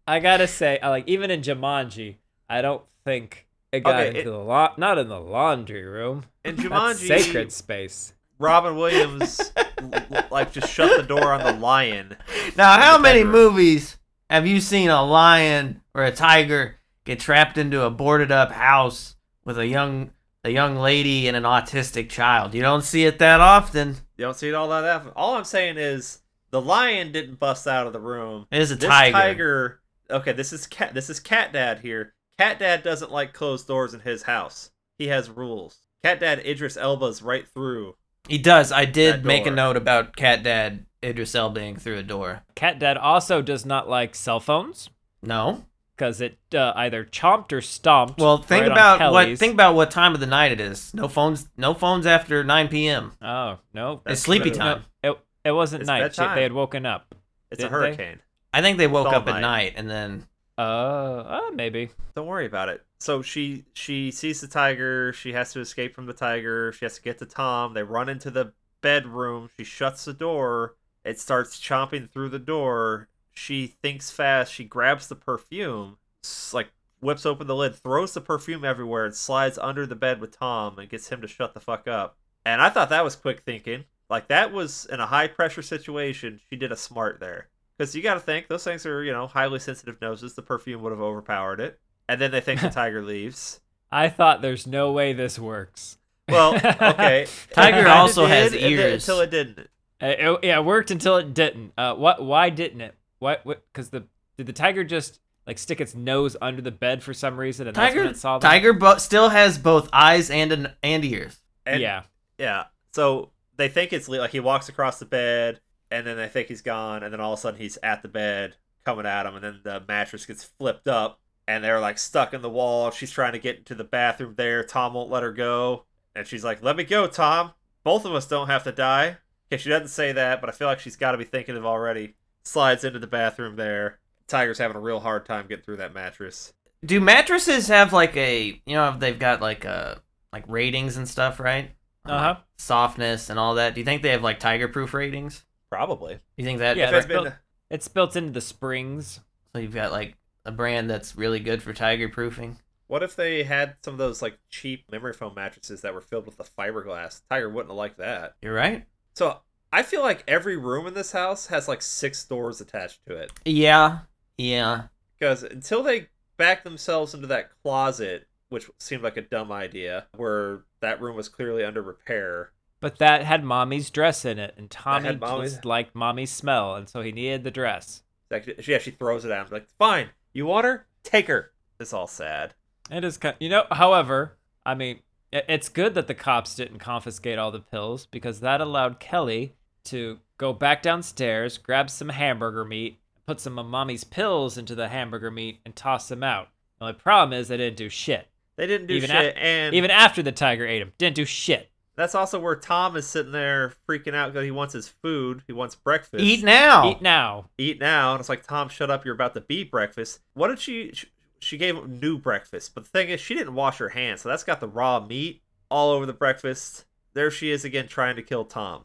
Speaker 3: I gotta say, I like even in Jumanji, I don't think it got
Speaker 1: Okay,
Speaker 3: into
Speaker 1: it-
Speaker 3: the la- not in the laundry room.
Speaker 1: And
Speaker 3: That's
Speaker 1: Jumanji,
Speaker 3: sacred space.
Speaker 1: Robin
Speaker 3: [LAUGHS]
Speaker 1: Williams, l- like just shut the door on the lion.
Speaker 2: now, how many
Speaker 1: Bedroom.
Speaker 2: movies have you seen a lion or a tiger get trapped into a boarded up house with a young a young lady and an autistic child? You don't see it that often.
Speaker 1: You don't see it all that often. All I'm saying is the lion didn't bust out of the room.
Speaker 2: It is a
Speaker 1: This
Speaker 2: tiger.
Speaker 1: tiger. Okay, this is cat. This is cat dad here. Cat dad doesn't like closed doors in his house. He has rules. Cat dad Idris Elba's right through
Speaker 2: He does. I
Speaker 1: That
Speaker 2: did make a
Speaker 1: door.
Speaker 2: note about Cat Dad Idris Elbing through a door.
Speaker 3: Cat Dad also does not like cell phones
Speaker 2: No.
Speaker 3: because it uh, either chomped or stomped.
Speaker 2: Well, think
Speaker 3: right on
Speaker 2: about what
Speaker 3: Kelly's.
Speaker 2: think about what time of the night it is. No phones. No phones after 9 p.m.
Speaker 3: Oh no,
Speaker 1: That's
Speaker 2: it's sleepy
Speaker 1: true.
Speaker 2: time.
Speaker 3: it it wasn't
Speaker 1: It's
Speaker 3: night. She,
Speaker 1: bedtime.
Speaker 3: they had woken up.
Speaker 1: It's a
Speaker 3: Didn't they?
Speaker 1: hurricane.
Speaker 2: I think they woke
Speaker 1: all
Speaker 2: up
Speaker 1: night.
Speaker 2: at night and then
Speaker 3: Uh, uh maybe.
Speaker 1: Don't worry about it. So she she sees the tiger. She has to escape from the tiger. She has to get to Tom. They run into the bedroom. She shuts the door. It starts chomping through the door. She thinks fast. She grabs the perfume, s- like whips open the lid, throws the perfume everywhere, and slides under the bed with Tom and gets him to shut the fuck up. And I thought that was quick thinking. Like that was in a high pressure situation. She did a smart there. Because you got to think those things are, you know, highly sensitive noses. The perfume would have overpowered it, and then they think
Speaker 2: [LAUGHS]
Speaker 1: the tiger leaves.
Speaker 3: I thought there's no way this works.
Speaker 1: Well,
Speaker 3: [LAUGHS]
Speaker 1: okay.
Speaker 2: Tiger
Speaker 1: It kinda
Speaker 2: also has
Speaker 1: and then-
Speaker 2: ears.
Speaker 1: until it didn't.
Speaker 3: Uh, it, yeah, it worked until it didn't. Uh, what? Why didn't it? What? What? Because the did the tiger just like stick its nose under the bed for some reason and that's
Speaker 2: Tiger
Speaker 3: when it saw them?
Speaker 2: Tiger bo- still has both eyes and an, and ears.
Speaker 1: And-
Speaker 3: yeah.
Speaker 1: Yeah. So they think it's le- like he walks across the bed, and then they think he's gone, and then all of a sudden he's at the bed coming at him, and then the mattress gets flipped up, and they're like stuck in the wall. She's trying to get into the bathroom there. Tom won't let her go, and she's like, "Let me go, Tom. Both of us don't have to die." Okay, she doesn't say that, but I feel like she's got to be thinking of already. Slides into the bathroom there. Tiger's having a real hard time getting through that mattress.
Speaker 2: Do mattresses have like a you know if they've got like a like ratings and stuff, right?
Speaker 3: Uh huh.
Speaker 2: Softness and all that. Do you think they have like tiger proof ratings?
Speaker 1: Probably.
Speaker 2: You think that
Speaker 3: Yeah,
Speaker 1: If
Speaker 2: matters?
Speaker 1: it's been,
Speaker 3: It's built into the springs.
Speaker 2: so you've got like a brand that's really good for tiger proofing.
Speaker 1: What if they had some of those like cheap memory foam mattresses that were filled with the fiberglass? Tiger wouldn't have liked that.
Speaker 2: You're right.
Speaker 1: So I feel like every room in this house has like six doors attached to it.
Speaker 2: Yeah. Yeah.
Speaker 1: Because until they back themselves into that closet, which seemed like a dumb idea, where that room was clearly under repair,
Speaker 3: But that had mommy's dress in it, and Tommy
Speaker 1: had mommy's-
Speaker 3: just liked mommy's smell, and so he needed the dress.
Speaker 1: Like, she- yeah, she throws it at him. Like, fine, you want her? Take her. It's all sad.
Speaker 3: It is kind, you know. However, I mean, i- it's good that the cops didn't confiscate all the pills because that allowed Kelly to go back downstairs, grab some hamburger meat, put some of mommy's pills into the hamburger meat, and toss them out. The only problem is they didn't do shit.
Speaker 1: They didn't do
Speaker 3: Even
Speaker 1: shit,
Speaker 3: af-
Speaker 1: and
Speaker 3: Even after the tiger ate them, didn't do shit.
Speaker 1: that's also where Tom is sitting there freaking out because he wants his food. He wants breakfast.
Speaker 2: Eat now.
Speaker 3: Eat now.
Speaker 1: Eat now. And it's like, Tom, shut up. You're about to be breakfast. What did she? She, she gave him new breakfast, but the thing is, she didn't wash her hands, so that's got the raw meat all over the breakfast. There she is again, trying to kill Tom.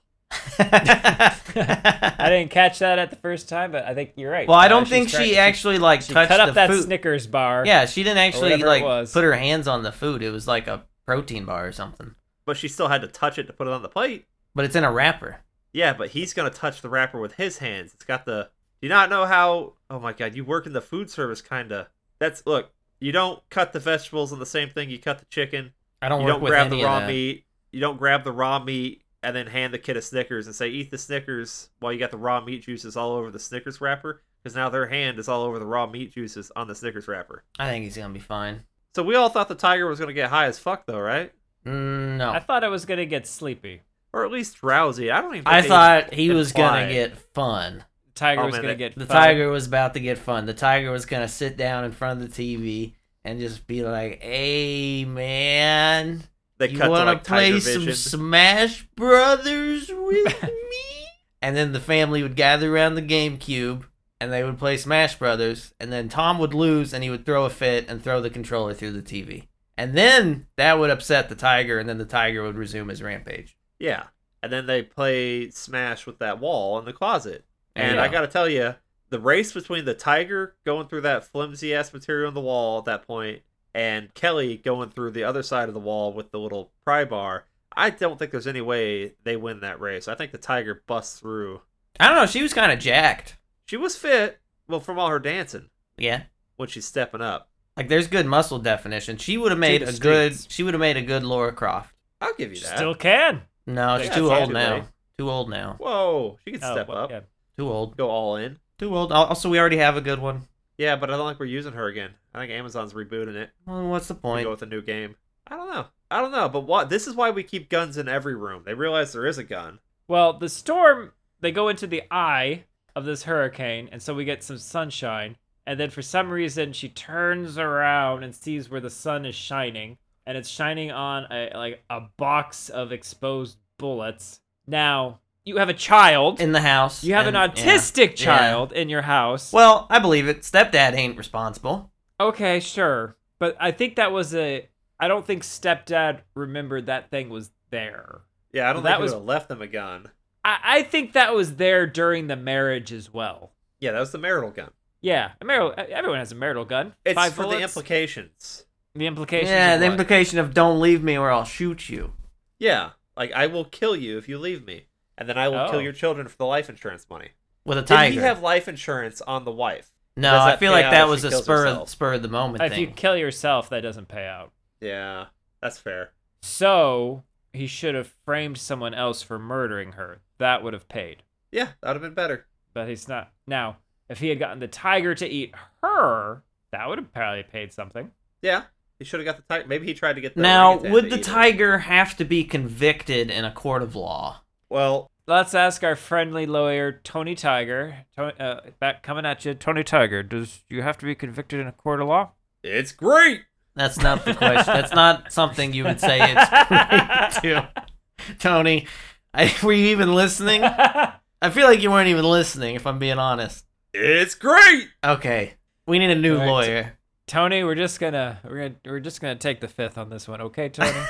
Speaker 3: I didn't catch that at the first time, but I think you're right.
Speaker 2: [LAUGHS] well, I
Speaker 3: Uh,
Speaker 2: don't
Speaker 3: she's
Speaker 2: think
Speaker 3: trying-
Speaker 2: she actually like
Speaker 3: she
Speaker 2: touched
Speaker 3: cut
Speaker 2: the
Speaker 3: up that
Speaker 2: food.
Speaker 3: Snickers bar.
Speaker 2: yeah, she didn't actually
Speaker 3: whatever it
Speaker 2: like
Speaker 3: was.
Speaker 2: put her hands on the food. It was like a protein bar or something.
Speaker 1: But she still had to touch it to put it on the plate.
Speaker 2: But it's in a wrapper.
Speaker 1: Yeah, but he's gonna touch the wrapper with his hands. It's got the. Do you not know how? Oh my god, you work in the food service, kinda. That's look. You don't cut the vegetables in the same thing you cut the chicken.
Speaker 2: I don't
Speaker 1: you
Speaker 2: work
Speaker 1: don't
Speaker 2: with
Speaker 1: grab
Speaker 2: any
Speaker 1: the
Speaker 2: of
Speaker 1: raw
Speaker 2: that.
Speaker 1: meat. You don't grab the raw meat and then hand the kid a Snickers and say, "Eat the Snickers," while you got the raw meat juices all over the Snickers wrapper. Because now their hand is all over the raw meat juices on the Snickers wrapper.
Speaker 2: I think he's gonna be fine.
Speaker 1: So we all thought the tiger was gonna get high as fuck, though, right?
Speaker 2: Mm,
Speaker 3: I
Speaker 2: no,
Speaker 3: thought I was gonna get sleepy.
Speaker 1: Or at least drowsy. I don't even. Think
Speaker 2: I
Speaker 1: they-
Speaker 2: thought he was
Speaker 1: imply-
Speaker 2: gonna get fun.
Speaker 3: The tiger
Speaker 1: Oh,
Speaker 3: was
Speaker 1: man,
Speaker 3: gonna
Speaker 1: that-
Speaker 3: get
Speaker 2: The
Speaker 3: fucked.
Speaker 2: tiger was about to get fun. The tiger was gonna sit down in front of the TV and just be like, "Hey, man,
Speaker 1: they
Speaker 2: you
Speaker 1: cut to
Speaker 2: wanna
Speaker 1: like
Speaker 2: play
Speaker 1: Tiger Vision.
Speaker 2: some Smash Brothers
Speaker 1: [LAUGHS]
Speaker 2: with me?" And then the family would gather around the GameCube and they would play Smash Brothers. And then Tom would lose and he would throw a fit and throw the controller through the TV. And then that would upset the tiger, and then the tiger would resume his rampage.
Speaker 1: Yeah. And then they play Smash with that wall in the closet. And I
Speaker 2: Yeah.
Speaker 1: got to tell you, the race between the tiger going through that flimsy ass material in the wall at that point and Kelly going through the other side of the wall with the little pry bar, I don't think there's any way they win that race. I think the tiger busts through.
Speaker 2: I don't know. She was kind of jacked.
Speaker 1: She was fit, well, from all her dancing
Speaker 2: Yeah.
Speaker 1: when she's stepping up.
Speaker 2: Like there's good muscle definition. She would have made
Speaker 3: the
Speaker 2: a good.
Speaker 3: streets.
Speaker 2: She would have made a good Laura Croft.
Speaker 1: I'll give you that.
Speaker 3: still can.
Speaker 2: No,
Speaker 3: Yeah,
Speaker 2: she's too
Speaker 1: it's
Speaker 2: old
Speaker 1: too late.
Speaker 2: now. Too old now.
Speaker 1: Whoa, she can
Speaker 3: Oh,
Speaker 1: step
Speaker 3: well,
Speaker 1: up.
Speaker 3: yeah.
Speaker 2: Too old.
Speaker 1: Go all in.
Speaker 2: Too old. Al- Also, we already have a good one.
Speaker 1: Yeah, but I don't think we're using her again. I think Amazon's rebooting it.
Speaker 2: Well, what's the
Speaker 1: to
Speaker 2: point?
Speaker 1: go with a new game. I don't know. I don't know, but what this is why we keep guns in every room. They realize there is a gun.
Speaker 3: Well, the storm, they go into the eye of this hurricane, and so we get some sunshine. And then for some reason, she turns around and sees where the sun is shining, and it's shining on a like a box of exposed bullets. Now you have a child.
Speaker 2: In the house.
Speaker 3: you have an
Speaker 2: and- yeah.
Speaker 3: autistic
Speaker 2: yeah.
Speaker 3: child in your house.
Speaker 2: Well, I believe it. Stepdad ain't responsible.
Speaker 3: Okay, sure. But I think that was a. I don't think stepdad remembered that thing was there.
Speaker 1: Yeah, I don't
Speaker 3: That
Speaker 1: think
Speaker 3: was-
Speaker 1: was... would have left them a gun.
Speaker 3: I, I think that was there during the marriage as well.
Speaker 1: Yeah, that was the marital gun.
Speaker 3: Yeah, a marital. e, Everyone has a marital gun.
Speaker 1: It's
Speaker 3: Five
Speaker 1: for the
Speaker 3: bullets.
Speaker 1: implications.
Speaker 3: The implications.
Speaker 2: yeah,
Speaker 3: of
Speaker 2: the
Speaker 3: what?
Speaker 2: implication of don't leave me or I'll shoot you.
Speaker 1: Yeah, like I will kill you if you leave me, and then I will
Speaker 3: Oh.
Speaker 1: kill your children for the life insurance money.
Speaker 2: With a
Speaker 1: Did
Speaker 2: tiger.
Speaker 1: he have life insurance on the wife?
Speaker 2: no,
Speaker 1: does
Speaker 2: I
Speaker 1: that
Speaker 2: feel
Speaker 1: pay
Speaker 2: like
Speaker 1: out
Speaker 2: that
Speaker 1: if
Speaker 2: was
Speaker 1: she
Speaker 2: a
Speaker 1: kills
Speaker 2: spur
Speaker 1: herself?
Speaker 2: spur of the moment
Speaker 3: If
Speaker 2: thing.
Speaker 3: you kill yourself, that doesn't pay out.
Speaker 1: Yeah, that's fair.
Speaker 3: So he should have framed someone else for murdering her. That would have paid.
Speaker 1: Yeah, that would have been better.
Speaker 3: But he's not. Now, if he had gotten the tiger to eat her, that would have probably paid something.
Speaker 1: Yeah, he should have got the tiger. Maybe he tried to get the
Speaker 2: now,
Speaker 1: orangutan to
Speaker 2: would the
Speaker 1: eat it.
Speaker 2: tiger have to be convicted in a court of law?
Speaker 1: Well,
Speaker 3: Let's ask our friendly lawyer, Tony Tiger. Tony, uh, back coming at you, Tony Tiger. Does you have to be convicted in a court of law?
Speaker 1: it's great.
Speaker 2: That's not the question. That's not something you would say it's great to. Tony, I, were you even listening? I feel like you weren't even listening, if I'm being honest.
Speaker 1: It's great.
Speaker 2: Okay. We need a new
Speaker 3: All right.
Speaker 2: lawyer.
Speaker 3: [LAUGHS] Tony, we're just gonna we're gonna we're just gonna take the fifth on this one, okay, Tony?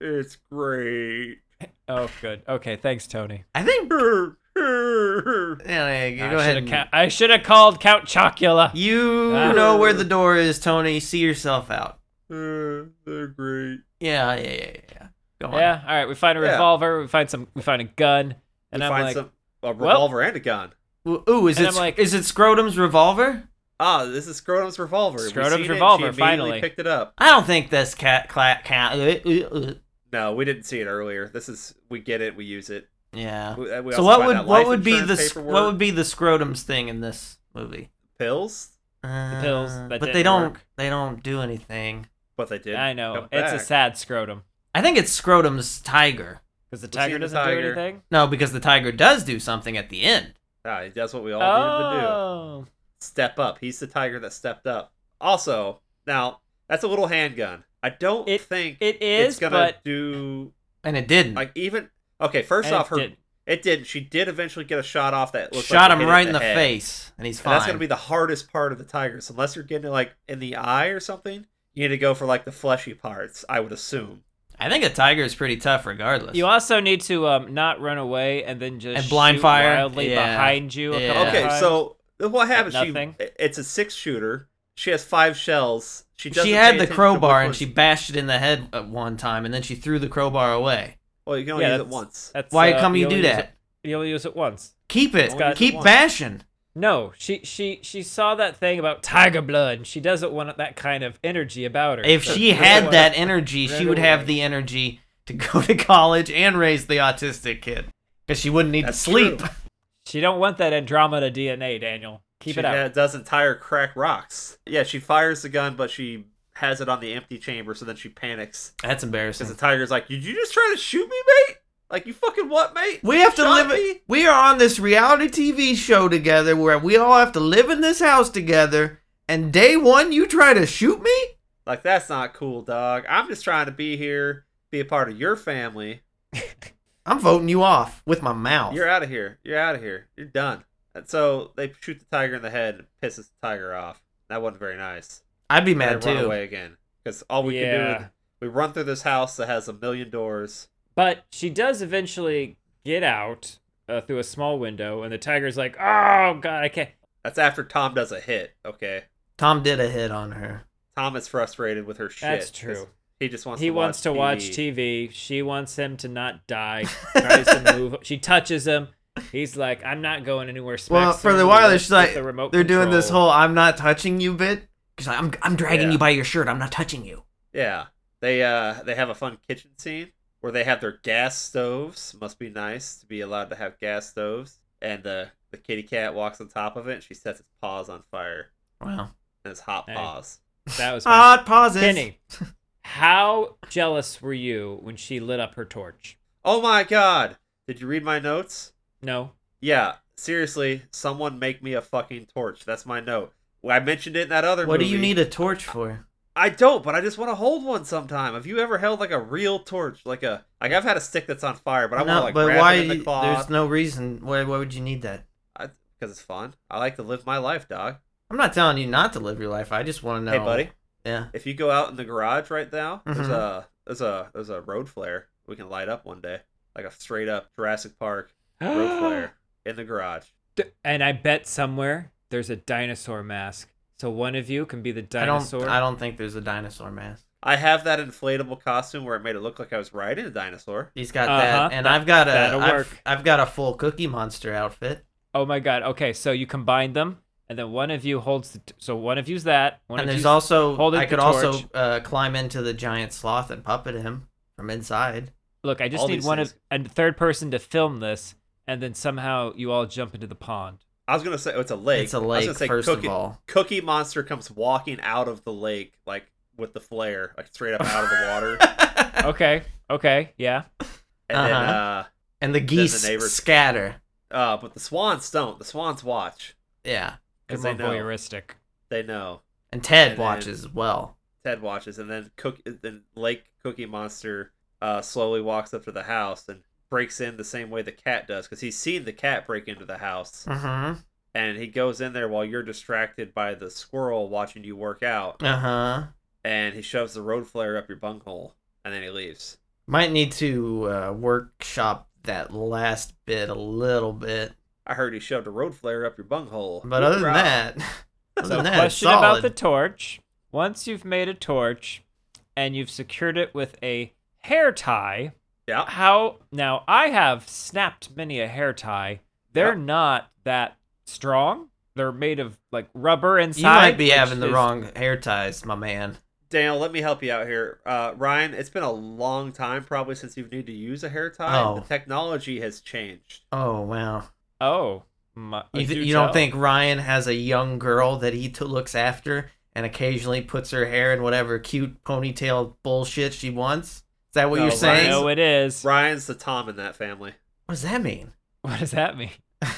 Speaker 1: It's great. [LAUGHS]
Speaker 3: oh, good. Okay, thanks, Tony.
Speaker 2: I think.
Speaker 1: Go
Speaker 2: Yeah, yeah,
Speaker 3: I
Speaker 2: go ahead.
Speaker 3: shoulda
Speaker 2: and-
Speaker 3: ca- I should have called Count
Speaker 1: [LAUGHS]
Speaker 3: Chocula.
Speaker 2: you
Speaker 3: Ah.
Speaker 2: know where the door is, Tony. See yourself out.
Speaker 1: Uh, they're great.
Speaker 2: Yeah, yeah, yeah, yeah, yeah. Go on.
Speaker 3: Yeah. All right. We find a
Speaker 1: Yeah.
Speaker 3: revolver. We find some. We find a gun. And
Speaker 1: we
Speaker 3: I'm
Speaker 1: find
Speaker 3: like,
Speaker 1: some, a
Speaker 3: well-
Speaker 1: revolver and a gun.
Speaker 2: Ooh, Ooh, is
Speaker 3: And
Speaker 2: it
Speaker 3: I'm like-
Speaker 2: is it Scrotum's revolver?
Speaker 1: Ah, this is Scrotum's revolver. We
Speaker 3: Scrotum's
Speaker 1: seen it,
Speaker 3: revolver,
Speaker 1: She immediately
Speaker 3: finally.
Speaker 1: picked it up.
Speaker 2: uh, I don't think this cat cat cat.
Speaker 1: No, No, we didn't see it earlier. This is we get it, we use it.
Speaker 2: Yeah.
Speaker 1: We, uh, we
Speaker 2: Uh, so
Speaker 1: also
Speaker 2: what
Speaker 1: buy
Speaker 2: would
Speaker 1: that
Speaker 2: what
Speaker 1: life
Speaker 2: would be the
Speaker 1: insurance
Speaker 2: sc-
Speaker 1: paperwork.
Speaker 2: what would be the scrotums thing in this movie?
Speaker 1: pills?
Speaker 2: Uh,
Speaker 3: pills that
Speaker 2: but they
Speaker 3: didn't
Speaker 2: don't
Speaker 3: work.
Speaker 2: they don't do anything.
Speaker 1: But they did.
Speaker 3: I know
Speaker 1: come
Speaker 3: it's a
Speaker 1: back.
Speaker 3: sad scrotum
Speaker 2: I think it's scrotum's tiger.
Speaker 3: because the
Speaker 1: We'll see
Speaker 3: tiger
Speaker 1: the
Speaker 3: doesn't do
Speaker 1: tiger.
Speaker 3: anything.
Speaker 2: No, because the tiger does do something at the end.
Speaker 1: Ah, that's what we all needed to do.
Speaker 3: Oh,
Speaker 1: Step up. He's the tiger that stepped up. Also, now that's a little handgun. I don't
Speaker 3: It-
Speaker 1: think
Speaker 3: it is,
Speaker 1: it's gonna
Speaker 3: but
Speaker 1: do
Speaker 2: And it didn't.
Speaker 1: like even okay. First
Speaker 3: and it
Speaker 1: off, her
Speaker 3: didn't.
Speaker 1: it did. She did eventually get a shot off that looked like
Speaker 2: Shot
Speaker 1: it
Speaker 2: him
Speaker 1: hit
Speaker 2: right in the
Speaker 1: head.
Speaker 2: face, and he's
Speaker 1: And
Speaker 2: fine.
Speaker 1: that's gonna be the hardest part of the tigers, unless you're getting it like in the eye or something. You need to go for like the fleshy parts, I would assume.
Speaker 2: I think a tiger is pretty tough, regardless.
Speaker 3: You also need to um, not run away and then just
Speaker 2: And blind
Speaker 3: shoot
Speaker 2: fire?
Speaker 3: wildly
Speaker 2: Yeah.
Speaker 3: behind you. A couple
Speaker 2: Yeah.
Speaker 1: Okay,
Speaker 3: times.
Speaker 1: so what happens? She
Speaker 3: Nothing.
Speaker 1: it's a six shooter. She has five shells. She doesn't
Speaker 2: she
Speaker 1: pay
Speaker 2: had the
Speaker 1: attention to which
Speaker 2: crowbar and
Speaker 1: ones-
Speaker 2: she bashed it in the head at one time, and then she threw the crowbar away.
Speaker 1: Well, you can only
Speaker 3: Yeah,
Speaker 1: use it
Speaker 3: that's-
Speaker 1: once.
Speaker 3: that's,
Speaker 2: Why
Speaker 3: uh,
Speaker 2: come you
Speaker 3: only
Speaker 2: do
Speaker 3: use
Speaker 2: that?
Speaker 3: It, you only use it once.
Speaker 2: Keep it.
Speaker 3: Only use it
Speaker 2: Keep
Speaker 1: once.
Speaker 2: bashing.
Speaker 3: No, she she she saw that thing about tiger blood. And she doesn't want that kind of energy about her.
Speaker 2: If
Speaker 3: So-
Speaker 2: she
Speaker 3: Right away.
Speaker 2: had that energy, she
Speaker 3: Right
Speaker 2: would have
Speaker 3: away.
Speaker 2: the energy to go [LAUGHS] to college and raise the autistic kid because she wouldn't need
Speaker 1: That's
Speaker 2: to [LAUGHS] sleep.
Speaker 1: true.
Speaker 3: [LAUGHS] she don't want that Andromeda DNA, Daniel. Keep
Speaker 1: she
Speaker 3: it out.
Speaker 1: ha- does entire crack rocks. Yeah, she fires the gun, but she has it on the empty chamber, so then she panics
Speaker 2: That's
Speaker 1: because
Speaker 2: embarrassing.
Speaker 1: the tiger's like, "Did you just try to shoot me, mate? Like you fucking what, mate?
Speaker 2: We have to
Speaker 1: Shot
Speaker 2: live.
Speaker 1: me?"
Speaker 2: We are on this reality TV show together where we all have to live in this house together. And day one, you try to shoot me?
Speaker 1: Like that's not cool, dog. I'm just trying to be here, be a part of your family.
Speaker 2: I'm voting you off with my mouth.
Speaker 1: You're out of here. You're out of here. You're done." And so they shoot the tiger in the head and pisses the tiger off. That wasn't very nice.
Speaker 2: I'd be
Speaker 1: And
Speaker 2: mad
Speaker 1: they run
Speaker 2: too.
Speaker 1: away again because all we can do
Speaker 3: Yeah.
Speaker 1: is we run through this house that has a million doors.
Speaker 3: But she does eventually get out uh, through a small window, and the tiger's like, "Oh God, I can't."
Speaker 1: That's after Tom does a hit. Okay.
Speaker 2: Tom did a hit on her.
Speaker 1: Tom is frustrated with her shit.
Speaker 3: That's
Speaker 1: 'cause
Speaker 3: true.
Speaker 1: He just wants
Speaker 3: He
Speaker 1: to
Speaker 3: wants to watch
Speaker 1: TV.
Speaker 3: TV. She wants him to not die. Tries to move. She touches him. He's like, "I'm not going anywhere." Smacks
Speaker 2: Well,
Speaker 3: him
Speaker 2: for
Speaker 3: in
Speaker 2: the while,
Speaker 3: wrist
Speaker 2: she's
Speaker 3: with
Speaker 2: like,
Speaker 3: the remote
Speaker 2: They're doing this
Speaker 3: control.
Speaker 2: whole "I'm not touching you" bit. She's like, "I'm I'm dragging
Speaker 1: Yeah.
Speaker 2: you by your shirt. I'm not touching you."
Speaker 1: Yeah. They uh they have a fun kitchen scene where they have their gas stoves. Must be nice to be allowed to have gas stoves. And the the kitty cat walks on top of it and she sets its paws on fire.
Speaker 2: Wow.
Speaker 1: And it's hot
Speaker 3: Hey.
Speaker 1: paws.
Speaker 2: [LAUGHS]
Speaker 3: That was fun.
Speaker 2: Hot pauses.
Speaker 3: Kenny. [LAUGHS] How jealous were you when she lit up her torch?
Speaker 1: Oh my god. Did you read my notes?
Speaker 3: No.
Speaker 1: Yeah. Seriously, someone make me a fucking torch. That's my note. Well, I mentioned it in that other
Speaker 2: What do
Speaker 1: movie.
Speaker 2: you need a torch for?
Speaker 1: I don't, but I just want to hold one sometime. Have you ever held like a real torch, like a like I've had a stick that's on fire, but I want to like grab it in the
Speaker 2: you-
Speaker 1: cloth
Speaker 2: There's no reason. Why? Why would you need that?
Speaker 1: because it's fun. I like to live my life, dog.
Speaker 2: I'm not telling you not to live your life. I just want to know.
Speaker 1: Hey, buddy,
Speaker 2: Yeah.
Speaker 1: if you go out in the garage right now, there's
Speaker 2: Mhm.
Speaker 1: a there's a there's a road flare we can light up one day, like a straight up Jurassic
Speaker 2: [GASPS]
Speaker 1: Park road flare in the garage.
Speaker 3: [GASPS] D- And I bet somewhere there's a dinosaur mask. So one of you can be the dinosaur.
Speaker 2: I don't. I don't think there's a dinosaur mask.
Speaker 1: I have that inflatable costume where it made it look like I was riding a dinosaur.
Speaker 2: He's got
Speaker 3: Uh-huh.
Speaker 2: that, and I've got a.
Speaker 3: That'll
Speaker 2: I've,
Speaker 3: work.
Speaker 2: I've got a full Cookie Monster outfit.
Speaker 3: Oh my god. Okay, so you combine them, and then one of you holds. The t- so one of you's that. One
Speaker 2: and
Speaker 3: of
Speaker 2: there's
Speaker 3: you's
Speaker 2: also
Speaker 3: holding
Speaker 2: I
Speaker 3: the
Speaker 2: could also
Speaker 3: torch.
Speaker 2: uh, climb into the giant sloth and puppet him from inside.
Speaker 3: look. I just
Speaker 1: all
Speaker 3: need
Speaker 1: these
Speaker 3: one of
Speaker 1: things.
Speaker 3: and third person to film this, and then somehow you all jump into the pond.
Speaker 1: I was gonna say oh, it's a lake.
Speaker 2: It's a
Speaker 1: I was
Speaker 2: lake,
Speaker 1: gonna say
Speaker 2: first
Speaker 1: cookie, [LAUGHS]
Speaker 2: of all.
Speaker 1: Cookie Monster comes walking out of the lake like with the flare, like straight up out of the
Speaker 2: [LAUGHS]
Speaker 1: water.
Speaker 3: Okay. Okay. Yeah.
Speaker 1: And then,
Speaker 2: Uh-huh.
Speaker 1: uh,
Speaker 2: and the geese
Speaker 1: neighbors-
Speaker 2: scatter.
Speaker 1: uh, but the swans don't. The swans watch
Speaker 2: Yeah.
Speaker 1: because
Speaker 3: It's more
Speaker 1: they know.
Speaker 3: voyeuristic.
Speaker 1: They know.
Speaker 2: And Ted
Speaker 1: And then-
Speaker 2: watches as well.
Speaker 1: Ted watches, and then cook. Then Lake Cookie Monster uh, slowly walks up to the house and breaks in the same way the cat does because he's seen the cat break into the house,
Speaker 2: Mm-hmm.
Speaker 1: and he goes in there while you're distracted by the squirrel watching you work out,
Speaker 2: Uh-huh.
Speaker 1: and he shoves the road flare up your bunghole, and then he leaves.
Speaker 2: Might need to uh, workshop that last bit a little bit.
Speaker 1: I heard he shoved a road flare up your bunghole.
Speaker 2: But other than
Speaker 1: Hoorah.
Speaker 2: that, [LAUGHS] other
Speaker 3: So
Speaker 2: than that, it's
Speaker 3: question about
Speaker 2: solid.
Speaker 3: the torch. Once you've made a torch, and you've secured it with a hair tie.
Speaker 1: yeah,
Speaker 3: how now I have snapped many a hair tie. They're
Speaker 1: Yep.
Speaker 3: not that strong. They're made of like rubber
Speaker 2: you
Speaker 3: inside.
Speaker 2: might be
Speaker 3: which
Speaker 2: having the
Speaker 3: is-
Speaker 2: wrong hair ties, my man.
Speaker 1: Daniel, let me help you out here. Uh, Ryan, it's been a long time probably since you've needed to use a hair tie.
Speaker 2: Oh.
Speaker 1: The technology has changed.
Speaker 2: Oh wow!
Speaker 3: Oh, my,
Speaker 2: You, th-
Speaker 3: do
Speaker 2: you don't
Speaker 3: tell.
Speaker 2: think Ryan has a young girl that he t- looks after and occasionally puts her hair in whatever cute ponytail bullshit she wants? Is that what
Speaker 1: No,
Speaker 2: you're
Speaker 1: Ryan-
Speaker 3: I
Speaker 2: saying?
Speaker 3: know it is.
Speaker 1: Ryan's the Tom in that family.
Speaker 2: What does that mean?
Speaker 3: What does that mean?
Speaker 1: He's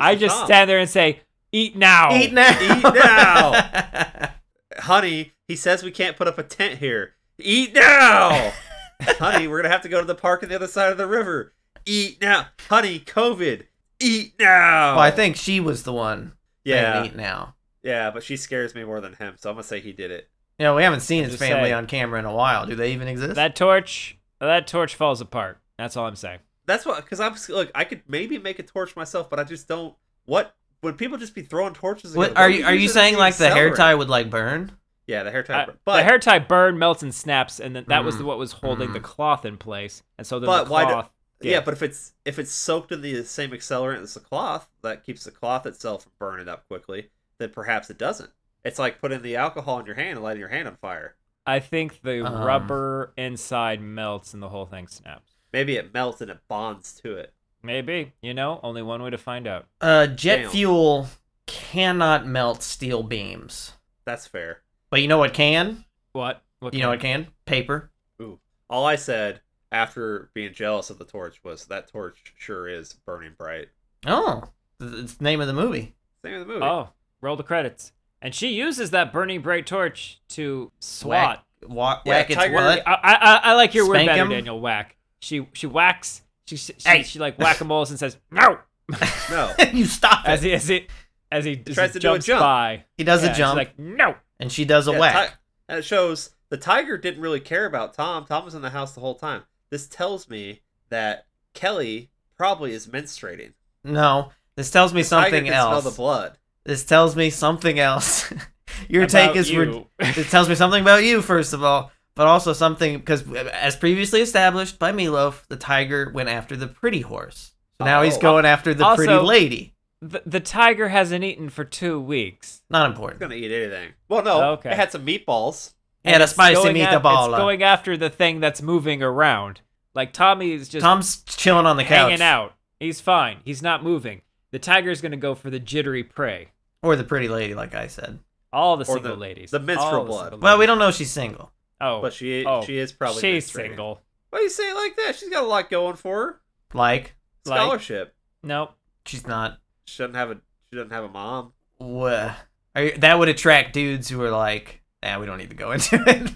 Speaker 3: I
Speaker 1: the
Speaker 3: just
Speaker 1: Tom.
Speaker 3: stand there and say, Oh, "Eat now."
Speaker 2: Eat now!
Speaker 1: Eat now! Honey, he says we can't put up a tent here. Eat
Speaker 2: [LAUGHS]
Speaker 1: now! Honey, we're going to have to go to the park on the other side of the river. Eat now. Honey, COVID. Eat now.
Speaker 2: [LAUGHS] Well, I think she was the one. saying
Speaker 1: Oh. Yeah.
Speaker 2: Eat now.
Speaker 1: Yeah, but she scares me more than him, so I'm going to say he did it.
Speaker 2: You know, we haven't seen his
Speaker 3: Just
Speaker 2: family
Speaker 3: say.
Speaker 2: on camera in a while. Do they even exist?
Speaker 3: that torch. That torch falls apart. That's all I'm saying.
Speaker 1: That's what, because I'm, look, I could maybe make a torch myself, but I just don't. What? Would people just be throwing torches? at
Speaker 2: what,
Speaker 1: them?
Speaker 2: are
Speaker 1: What
Speaker 2: you are
Speaker 1: use
Speaker 2: you
Speaker 1: it as
Speaker 2: saying
Speaker 1: an
Speaker 2: like the hair
Speaker 1: accelerant?
Speaker 2: tie would like burn?
Speaker 1: Yeah, the hair tie.
Speaker 3: I-
Speaker 1: but
Speaker 3: the hair tie burned, melts, and snaps, and then that was
Speaker 2: Mm.
Speaker 3: the, what was holding the cloth in place. And so then
Speaker 1: But
Speaker 3: the
Speaker 1: why do-
Speaker 3: cloth.
Speaker 1: Yeah. but if it's if it's soaked in the same accelerant as the cloth, that keeps the cloth itself from burning up quickly. Then perhaps it doesn't. It's like putting the alcohol in your hand and lighting your hand on fire.
Speaker 3: I think the
Speaker 2: Um.
Speaker 3: rubber inside melts and the whole thing snaps.
Speaker 1: Maybe it melts and it bonds to it.
Speaker 3: Maybe you know only one way to find out.
Speaker 2: Uh, jet
Speaker 1: Damn.
Speaker 2: fuel cannot melt steel beams,
Speaker 1: That's fair.
Speaker 2: but you know what can?
Speaker 3: What? what
Speaker 2: You know what
Speaker 3: kind-
Speaker 2: can? Paper.
Speaker 1: All I said after being jealous of the torch was that torch sure is burning bright.
Speaker 2: Oh, th- it's the name of the movie.
Speaker 1: Same of the movie.
Speaker 3: Oh, roll the credits. And she uses that burning bright torch to swat.
Speaker 2: Whack, wa-
Speaker 1: Yeah,
Speaker 2: whack its
Speaker 1: Tiger-
Speaker 2: what?
Speaker 3: I, I, I like your word
Speaker 2: Spank
Speaker 3: better,
Speaker 2: him?
Speaker 3: Daniel. Whack. She she whacks. She she,
Speaker 2: Hey.
Speaker 3: she, she like whack a moles and says
Speaker 1: [LAUGHS]
Speaker 3: no
Speaker 2: [LAUGHS]
Speaker 1: No,
Speaker 2: you stop
Speaker 3: as
Speaker 2: it.
Speaker 3: he as he as he, as
Speaker 1: tries
Speaker 3: he
Speaker 1: to do a
Speaker 3: jumps
Speaker 1: jump.
Speaker 3: by.
Speaker 2: He does
Speaker 3: Yeah,
Speaker 2: a
Speaker 3: she's
Speaker 2: jump,
Speaker 3: like no.
Speaker 2: and she does a
Speaker 1: Yeah,
Speaker 2: whack.
Speaker 1: Ti- and it shows the tiger didn't really care about Tom. Tom was in the house the whole time. This tells me that Kelly probably is menstruating.
Speaker 2: no, this tells me something
Speaker 1: tiger can
Speaker 2: else.
Speaker 1: Smell the blood.
Speaker 2: This tells me something else. [LAUGHS] Your
Speaker 3: About
Speaker 2: take is rid-
Speaker 3: you. [LAUGHS]
Speaker 2: it tells me something about you first of all but also something because as previously established by Meatloaf, the tiger went after the pretty horse so now he's
Speaker 1: Oh.
Speaker 2: going after the pretty
Speaker 3: Also-
Speaker 2: lady
Speaker 3: the, the tiger hasn't eaten for two weeks.
Speaker 2: not
Speaker 1: It's
Speaker 2: important
Speaker 1: gonna eat anything. Well, no,
Speaker 3: Okay.
Speaker 1: it had some meatballs.
Speaker 2: and a
Speaker 3: it's
Speaker 2: spicy
Speaker 3: going af- It's
Speaker 2: meatball
Speaker 3: going after the thing that's moving around. Like Tommy is just
Speaker 2: tom's chilling on the couch
Speaker 3: hanging out. He's fine. He's not moving. The tiger's gonna go for the jittery prey.
Speaker 2: or the pretty lady like i said
Speaker 3: All the
Speaker 1: Or
Speaker 3: single
Speaker 1: the-
Speaker 3: ladies.
Speaker 1: the menstrual
Speaker 3: All the
Speaker 1: blood.
Speaker 3: single
Speaker 2: well we
Speaker 3: ladies.
Speaker 2: don't know she's single
Speaker 3: Oh,
Speaker 1: But she
Speaker 3: oh,
Speaker 1: she is probably
Speaker 3: she's
Speaker 1: menstruating.
Speaker 3: single.
Speaker 1: Why do you say it like that? She's got a lot going for her.
Speaker 2: like
Speaker 3: Like-
Speaker 1: Scholarship.
Speaker 3: Nope.
Speaker 2: she's not
Speaker 1: She doesn't have a she doesn't have a mom.
Speaker 2: wha- Are you, that would attract dudes who are like nah, we don't need to go [LAUGHS] into it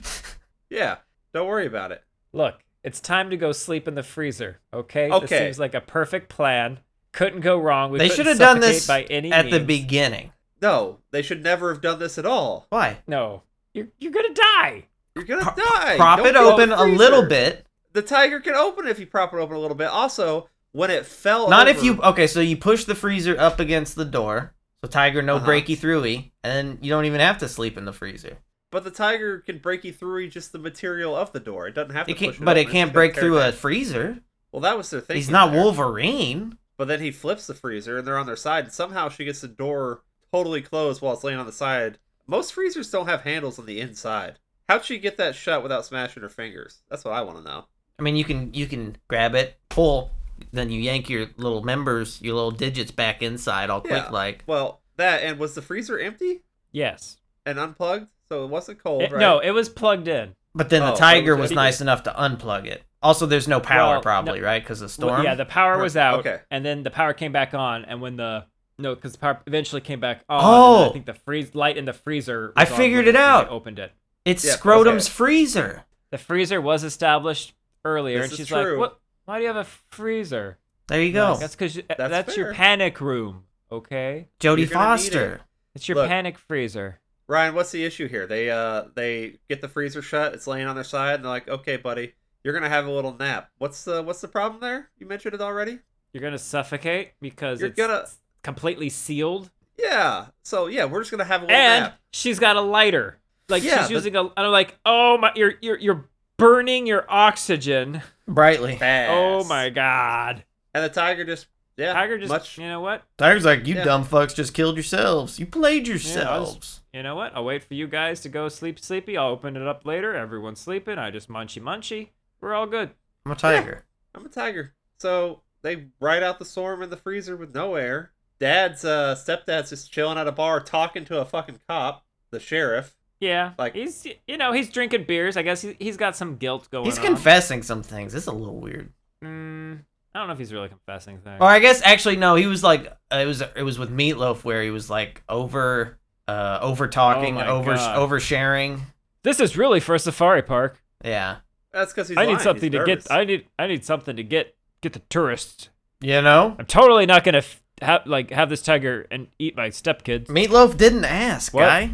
Speaker 1: Yeah, don't worry about it.
Speaker 3: Look, it's time to go sleep in the freezer. Okay. This
Speaker 1: Okay.
Speaker 3: seems like a perfect plan. Couldn't go wrong. We
Speaker 2: they
Speaker 3: couldn't
Speaker 2: should have done
Speaker 3: suffocate
Speaker 2: this
Speaker 3: by any
Speaker 2: at the
Speaker 3: means.
Speaker 2: beginning
Speaker 1: No, they should never have done this at all.
Speaker 2: why
Speaker 3: No, you're you're gonna die.
Speaker 1: You're gonna
Speaker 2: Pro-
Speaker 1: die.
Speaker 2: prop
Speaker 1: Don't
Speaker 2: it
Speaker 1: go in
Speaker 2: open
Speaker 1: the
Speaker 2: a little
Speaker 1: freezer.
Speaker 2: bit
Speaker 1: The tiger can open it if you prop it open a little bit. Also, when it fell,
Speaker 2: Not if
Speaker 1: Oh, over-
Speaker 2: you okay. So you push the freezer up against the door, so Tiger no
Speaker 1: Uh-huh.
Speaker 2: breaky throughy, and then you don't even have to sleep in the freezer.
Speaker 1: But the tiger can break you through just the material of the door. It doesn't have to.
Speaker 2: It can't,
Speaker 1: push
Speaker 2: but
Speaker 1: open.
Speaker 2: it
Speaker 1: just
Speaker 2: can't
Speaker 1: gotta
Speaker 2: break
Speaker 1: tear
Speaker 2: through
Speaker 1: down.
Speaker 2: a freezer.
Speaker 1: Well, that was their thing.
Speaker 2: He's not Wolverine.
Speaker 1: But then he flips the freezer and they're on their side, and somehow she gets the door totally closed while it's laying on the side. Most freezers don't have handles on the inside. How'd she get that shut without smashing her fingers? That's what I want to know.
Speaker 2: I mean, you can you can grab it, pull, then you yank your little members, your little digits back inside, all
Speaker 1: Yeah.
Speaker 2: quick like.
Speaker 1: Well, that and was the freezer empty
Speaker 3: Yes.
Speaker 1: and unplugged? So it wasn't cold,
Speaker 3: It-
Speaker 1: right?
Speaker 3: Eh, No, it was plugged in.
Speaker 2: But then
Speaker 1: Oh,
Speaker 2: the
Speaker 1: so
Speaker 2: tiger
Speaker 1: it's
Speaker 2: was
Speaker 1: empty.
Speaker 2: nice enough to unplug it. Also, there's no power
Speaker 3: Well,
Speaker 2: probably,
Speaker 3: no-
Speaker 2: right? Because the
Speaker 3: Well,
Speaker 2: storm.
Speaker 3: Yeah, the power was out,
Speaker 1: Okay.
Speaker 3: and then the power came back on, and when the no, because the power eventually came back on. and then
Speaker 2: Oh.
Speaker 3: I think the freeze light in the freezer.
Speaker 2: I
Speaker 3: was on
Speaker 2: figured
Speaker 3: when
Speaker 2: it
Speaker 3: they
Speaker 2: out.
Speaker 3: Opened it.
Speaker 2: it's
Speaker 1: Yeah, okay.
Speaker 2: Scrotum's freezer.
Speaker 3: The freezer was established earlier,
Speaker 1: This
Speaker 3: and
Speaker 1: is
Speaker 3: she's
Speaker 1: true. Oh,
Speaker 3: like, "What? Why do you have a freezer?"
Speaker 2: There you
Speaker 3: No,
Speaker 2: go,
Speaker 3: That's because that's,
Speaker 1: That's
Speaker 3: your
Speaker 1: fair.
Speaker 3: panic room. Okay,
Speaker 2: Jodie
Speaker 1: You're gonna need
Speaker 2: Foster.
Speaker 3: it's your
Speaker 1: Look.
Speaker 3: panic freezer.
Speaker 1: Ryan, what's the issue here? They uh they get the freezer shut, it's laying on their side, and they're like, Okay, buddy, you're gonna have a little nap. What's the what's the problem there? You mentioned it already?
Speaker 3: You're gonna suffocate because
Speaker 1: You're
Speaker 3: it's
Speaker 1: gonna-
Speaker 3: completely sealed,
Speaker 1: Yeah. So yeah, we're just gonna have a little
Speaker 3: and
Speaker 1: nap.
Speaker 3: she's got a lighter. Like
Speaker 1: Yeah,
Speaker 3: she's
Speaker 1: but-
Speaker 3: using a. And I'm like, oh my, you're you're you're burning your oxygen.
Speaker 2: Brightly.
Speaker 1: Fast.
Speaker 3: Oh my god.
Speaker 1: And the tiger just Yeah,
Speaker 3: Tiger just,
Speaker 1: much.
Speaker 3: you know what?
Speaker 2: Tiger's like, you
Speaker 1: Yeah.
Speaker 2: dumb fucks just killed yourselves. You played
Speaker 3: was-
Speaker 2: yourselves.
Speaker 3: You know what? I'll wait for you guys to go sleep sleepy. I'll open it up later. Everyone's sleeping. I just munchy munchy. We're all good.
Speaker 2: I'm a tiger.
Speaker 1: I'm a tiger. So they ride out the storm in the freezer with no air. Dad's uh stepdad's just chilling at a bar talking to a fucking cop, the sheriff.
Speaker 3: Yeah,
Speaker 1: Like-
Speaker 3: he's you know he's drinking beers. I guess he, he's got some guilt going.
Speaker 2: He's
Speaker 3: on.
Speaker 2: confessing some things. It's a little weird.
Speaker 3: Mm, I don't know if he's really confessing things.
Speaker 2: Or I guess actually no, he was like uh, it was it was with Meatloaf where he was like over uh over talking,
Speaker 3: Oh my
Speaker 2: over
Speaker 3: God.
Speaker 2: oversharing.
Speaker 3: This is really for a safari park.
Speaker 2: Yeah.
Speaker 1: That's because he's.
Speaker 3: I need
Speaker 1: lying. He's
Speaker 3: something to
Speaker 1: nervous.
Speaker 3: get. I need I need something to get get the tourists.
Speaker 2: You know?
Speaker 3: I'm totally not gonna f- have like have this tiger and eat my stepkids.
Speaker 2: Meatloaf didn't ask,
Speaker 3: What?
Speaker 2: guy.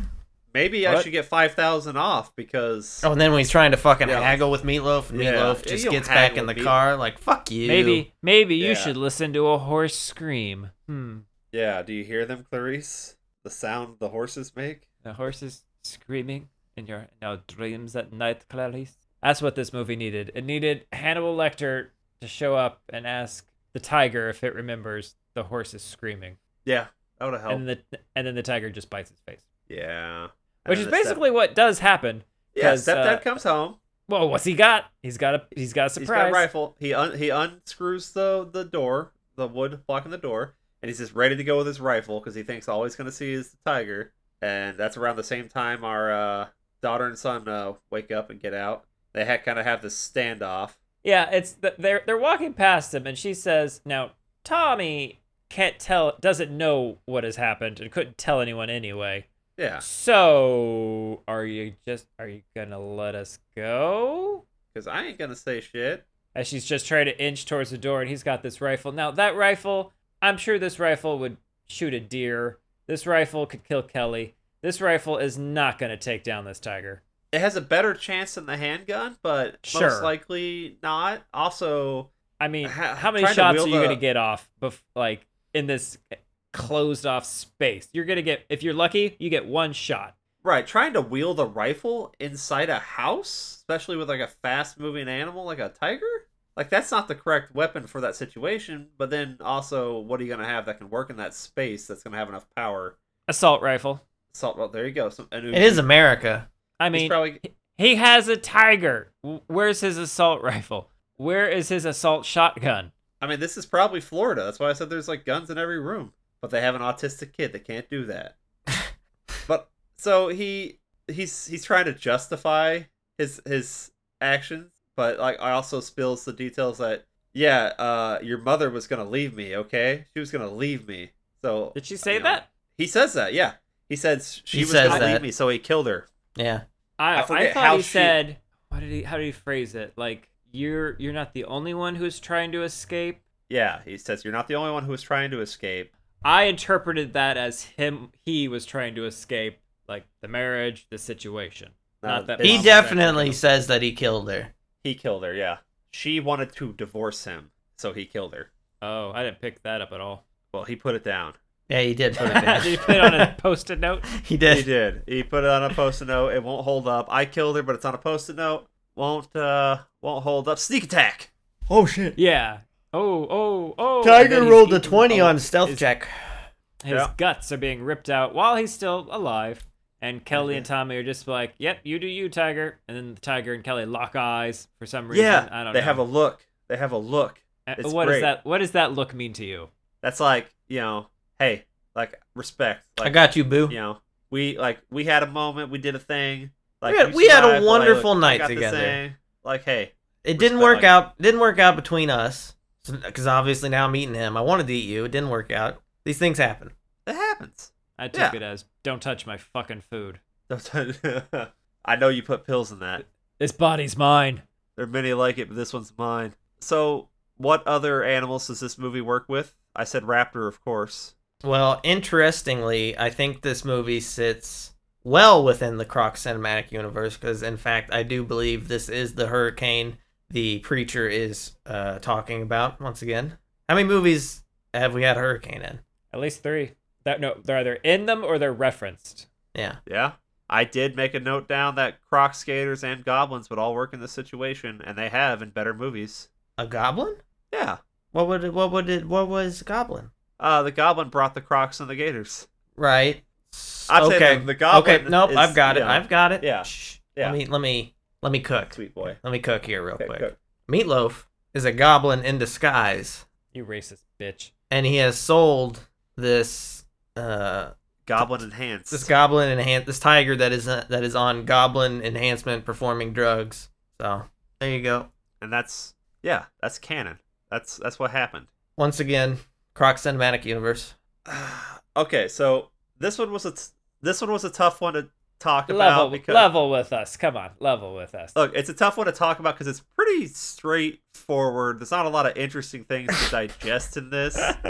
Speaker 1: Maybe I
Speaker 3: What?
Speaker 1: should get five thousand off because
Speaker 2: Oh, and then when he's trying to fucking
Speaker 1: Yeah.
Speaker 2: haggle with Meatloaf, and
Speaker 1: Yeah.
Speaker 2: Meatloaf
Speaker 1: Yeah,
Speaker 2: just
Speaker 1: you don't
Speaker 2: gets back
Speaker 1: haggle
Speaker 2: in the
Speaker 1: with Meat-
Speaker 2: car like, fuck you.
Speaker 3: Maybe maybe you
Speaker 1: Yeah.
Speaker 3: should listen to a horse scream. Hmm,
Speaker 1: yeah. Do you hear them, Clarice? The sound the horses make.
Speaker 3: the horse is screaming in your in our dreams at night, Clarice. That's what this movie needed. It needed Hannibal Lecter to show up and ask the tiger if it remembers the horse is screaming,
Speaker 1: Yeah, that would help.
Speaker 3: and the and then the tiger just bites his face,
Speaker 1: yeah, And
Speaker 3: which is
Speaker 1: the step-
Speaker 3: basically what does happen.
Speaker 1: yeah.
Speaker 3: 'cause,
Speaker 1: Stepdad
Speaker 3: uh,
Speaker 1: comes home.
Speaker 3: Well, what's he got? He's got a he's got a surprise.
Speaker 1: He's got a rifle. He un- he unscrews the the door, the wood blocking the door, and he's just ready to go with his rifle because he thinks all he's gonna see is the tiger. And that's around the same time our uh, daughter and son uh, wake up and get out. They ha- kind of have this standoff.
Speaker 3: Yeah, it's th- they're they're walking past him, and she says, "Now Tommy can't tell, doesn't know what has happened, and couldn't tell anyone anyway.
Speaker 1: Yeah,
Speaker 3: So are you just are you gonna let us go?"
Speaker 1: because I ain't gonna say shit.
Speaker 3: As she's just trying to inch towards the door, and he's got this rifle. Now that rifle, I'm sure this rifle would shoot a deer. This rifle could kill Kelly. This rifle is not gonna take down this tiger.
Speaker 1: It has a better chance than the handgun, but
Speaker 3: Sure.
Speaker 1: most likely not. Also,
Speaker 3: I mean,
Speaker 1: Ha-
Speaker 3: how many
Speaker 1: trying to
Speaker 3: shots are
Speaker 1: wield
Speaker 3: you gonna
Speaker 1: a-
Speaker 3: get off? Bef- like in this closed off space, you're gonna get if you're lucky, you get one shot.
Speaker 1: right, trying to wield a rifle inside a house, especially with like a fast moving animal like a tiger, like that's not the correct weapon for that situation. But then also, what are you gonna have that can work in that space that's gonna have enough power?
Speaker 3: Assault rifle.
Speaker 1: Assault. Well, there you go. Some, an
Speaker 2: It is America.
Speaker 3: I
Speaker 1: Uzi. He's
Speaker 3: mean,
Speaker 1: probably
Speaker 3: he has a tiger. W- Where's his assault rifle? Where is his assault shotgun?
Speaker 1: I mean, this is probably Florida. That's why I said there's like guns in every room. But they have an autistic kid that can't do that. but so he he's he's trying to justify his his actions, but like I also spills the details that yeah, uh your mother was gonna leave me, okay? She was gonna leave me. So
Speaker 3: Did she say
Speaker 1: you know,
Speaker 3: that?
Speaker 1: He says that, yeah. He says she
Speaker 2: He
Speaker 1: was
Speaker 2: says
Speaker 1: gonna
Speaker 2: that.
Speaker 1: leave me, so he killed her.
Speaker 2: Yeah.
Speaker 3: I,
Speaker 1: I
Speaker 3: I,
Speaker 1: forget
Speaker 3: thought
Speaker 1: how
Speaker 3: he
Speaker 1: she-
Speaker 3: said. What did he? How did he phrase it? Like you're you're not the only one who's trying to escape.
Speaker 1: Yeah, he says you're not the only one who was trying to escape.
Speaker 3: I interpreted that as him. He was trying to escape, like the marriage, the situation. Not that
Speaker 1: They
Speaker 2: He
Speaker 1: mom was
Speaker 2: definitely says that he killed her.
Speaker 1: He killed her, yeah. She wanted to divorce him, so he killed her.
Speaker 3: Oh, I didn't pick that up at all.
Speaker 1: Well, he put it down.
Speaker 2: Yeah, he did put it [LAUGHS]
Speaker 3: Did you put
Speaker 2: down.
Speaker 3: it on a post-it note?
Speaker 2: [LAUGHS] he
Speaker 1: he
Speaker 2: did.
Speaker 1: did. He put it on a post-it note. It won't hold up. I killed her, but it's on a post-it note. Won't uh won't hold up. Sneak attack.
Speaker 4: Oh shit.
Speaker 3: Yeah. Oh, oh, oh. and
Speaker 2: Tiger
Speaker 3: then he's
Speaker 2: rolled a
Speaker 3: eaten-
Speaker 2: 20
Speaker 3: oh,
Speaker 2: on stealth
Speaker 3: his,
Speaker 2: check.
Speaker 3: His
Speaker 1: Yeah.
Speaker 3: guts are being ripped out while he's still alive. And Kelly and Tommy are just like, yep, you do you, Tiger. And then the Tiger and Kelly lock eyes for some reason.
Speaker 1: yeah.
Speaker 3: I don't
Speaker 1: they
Speaker 3: know.
Speaker 1: have a look. They have a look.
Speaker 3: And
Speaker 1: it's
Speaker 3: what
Speaker 1: great.
Speaker 3: does that what does that look mean to you?
Speaker 1: That's like, you know, hey, like respect. Like
Speaker 2: I got you, boo.
Speaker 1: you know, we like we had a moment, we did a thing. Like
Speaker 2: We had-
Speaker 1: you
Speaker 2: we had a
Speaker 1: survived, but, like,
Speaker 2: wonderful
Speaker 1: look, I
Speaker 2: night
Speaker 1: got this
Speaker 2: together.
Speaker 1: thing. Like, hey,
Speaker 2: It didn't
Speaker 1: Respect.
Speaker 2: work out. Didn't work out between us. Because obviously now I'm eating him. I wanted to eat you. It didn't work out. These things happen.
Speaker 1: that happens. [LAUGHS]
Speaker 3: I took
Speaker 1: Yeah.
Speaker 3: it as don't touch my fucking food.
Speaker 1: I know you put pills in that.
Speaker 3: This body's mine.
Speaker 1: There are many like it, but this one's mine. So, what other animals does this movie work with? I said raptor, of course.
Speaker 2: Well, interestingly, I think this movie sits well within the Croc cinematic universe because, in fact, I do believe this is the hurricane the preacher is uh, talking about once again. How many movies have we had a hurricane in?
Speaker 3: At least three. That no, they're either in them or they're referenced.
Speaker 2: Yeah.
Speaker 1: Yeah. I did make a note down that croc skaters and goblins would all work in this situation, and they have in better movies.
Speaker 2: A goblin?
Speaker 1: Yeah.
Speaker 2: What would it, what would it what was Goblin?
Speaker 1: Uh, the goblin brought the crocs and the gators.
Speaker 2: Right.
Speaker 1: I'd say
Speaker 2: okay.
Speaker 1: the- the Goblin
Speaker 2: Okay. Nope.
Speaker 1: is-
Speaker 2: I've got it.
Speaker 1: yeah.
Speaker 2: I've got it.
Speaker 1: Yeah.
Speaker 2: Shh.
Speaker 1: Yeah.
Speaker 2: Let me let me let me cook.
Speaker 1: Sweet boy.
Speaker 2: Let me cook here real
Speaker 1: Okay,
Speaker 2: quick.
Speaker 1: cook.
Speaker 2: Meatloaf is a goblin in disguise,
Speaker 3: You racist bitch.
Speaker 2: and he has sold this uh
Speaker 1: Goblin enhanced.
Speaker 2: this goblin enhanced this tiger that is uh, that is on goblin enhancement performing drugs. So there you go.
Speaker 1: and that's yeah, that's canon. That's that's what happened.
Speaker 2: Once again, Croc Cinematic Universe.
Speaker 1: [SIGHS] okay, so this one was a t- this one was a tough one to talk
Speaker 3: Level,
Speaker 1: about because
Speaker 3: level with us. Come on, level with us.
Speaker 1: look, it's a tough one to talk about because it's pretty straightforward. There's not a lot of interesting things to digest in
Speaker 2: [LAUGHS]
Speaker 1: this.
Speaker 3: [LAUGHS]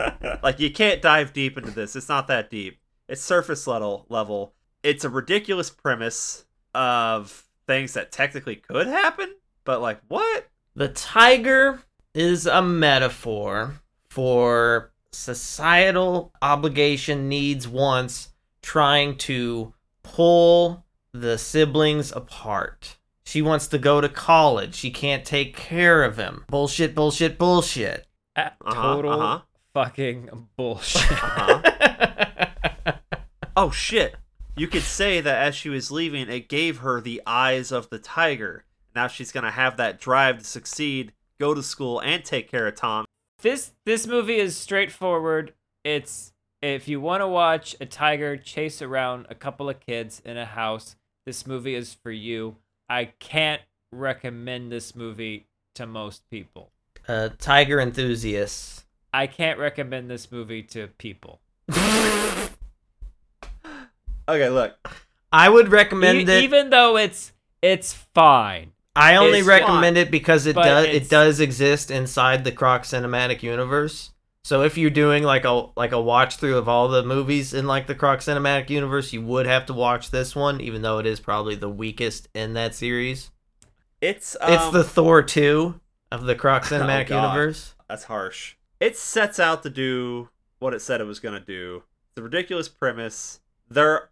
Speaker 1: Like you can't dive deep into this. It's not that deep. It's surface level level. It's a ridiculous premise of things that technically could happen, but like what?
Speaker 2: The tiger is a metaphor for societal obligation, needs, wants, trying to pull the siblings apart. She wants to go to college. She can't take care of him. Bullshit, bullshit, bullshit.
Speaker 3: Uh,
Speaker 1: Uh-huh,
Speaker 3: Total
Speaker 1: uh-huh.
Speaker 3: fucking
Speaker 1: [LAUGHS]
Speaker 3: bullshit.
Speaker 1: Uh-huh. Oh shit. You could say that as she was leaving, it gave her the eyes of the tiger. Now she's gonna have that drive to succeed, go to school, and take care of Tom.
Speaker 3: this this movie is straightforward. It's if you want to watch a tiger chase around a couple of kids in a house, this movie is for you. I can't recommend this movie to most people.
Speaker 2: [LAUGHS] uh, tiger enthusiasts.
Speaker 3: I can't recommend this movie to people.
Speaker 1: Okay, look.
Speaker 2: I would recommend
Speaker 3: E-
Speaker 2: it.
Speaker 3: even though it's it's fine.
Speaker 2: I only
Speaker 1: It's
Speaker 2: recommend it because it
Speaker 3: but
Speaker 2: does
Speaker 3: it's-
Speaker 2: it does exist inside the Croc cinematic universe. So if you're doing like a like a watch through of all the movies in like the Croc cinematic universe, you would have to watch this one, even though it is probably the weakest in that series.
Speaker 1: It's
Speaker 2: it's
Speaker 1: um, oh
Speaker 2: the Thor two of
Speaker 1: [LAUGHS]
Speaker 2: the Croc cinematic
Speaker 1: God.
Speaker 2: universe.
Speaker 1: that's harsh. It sets out to do what it said it was gonna do. It's a ridiculous premise. There,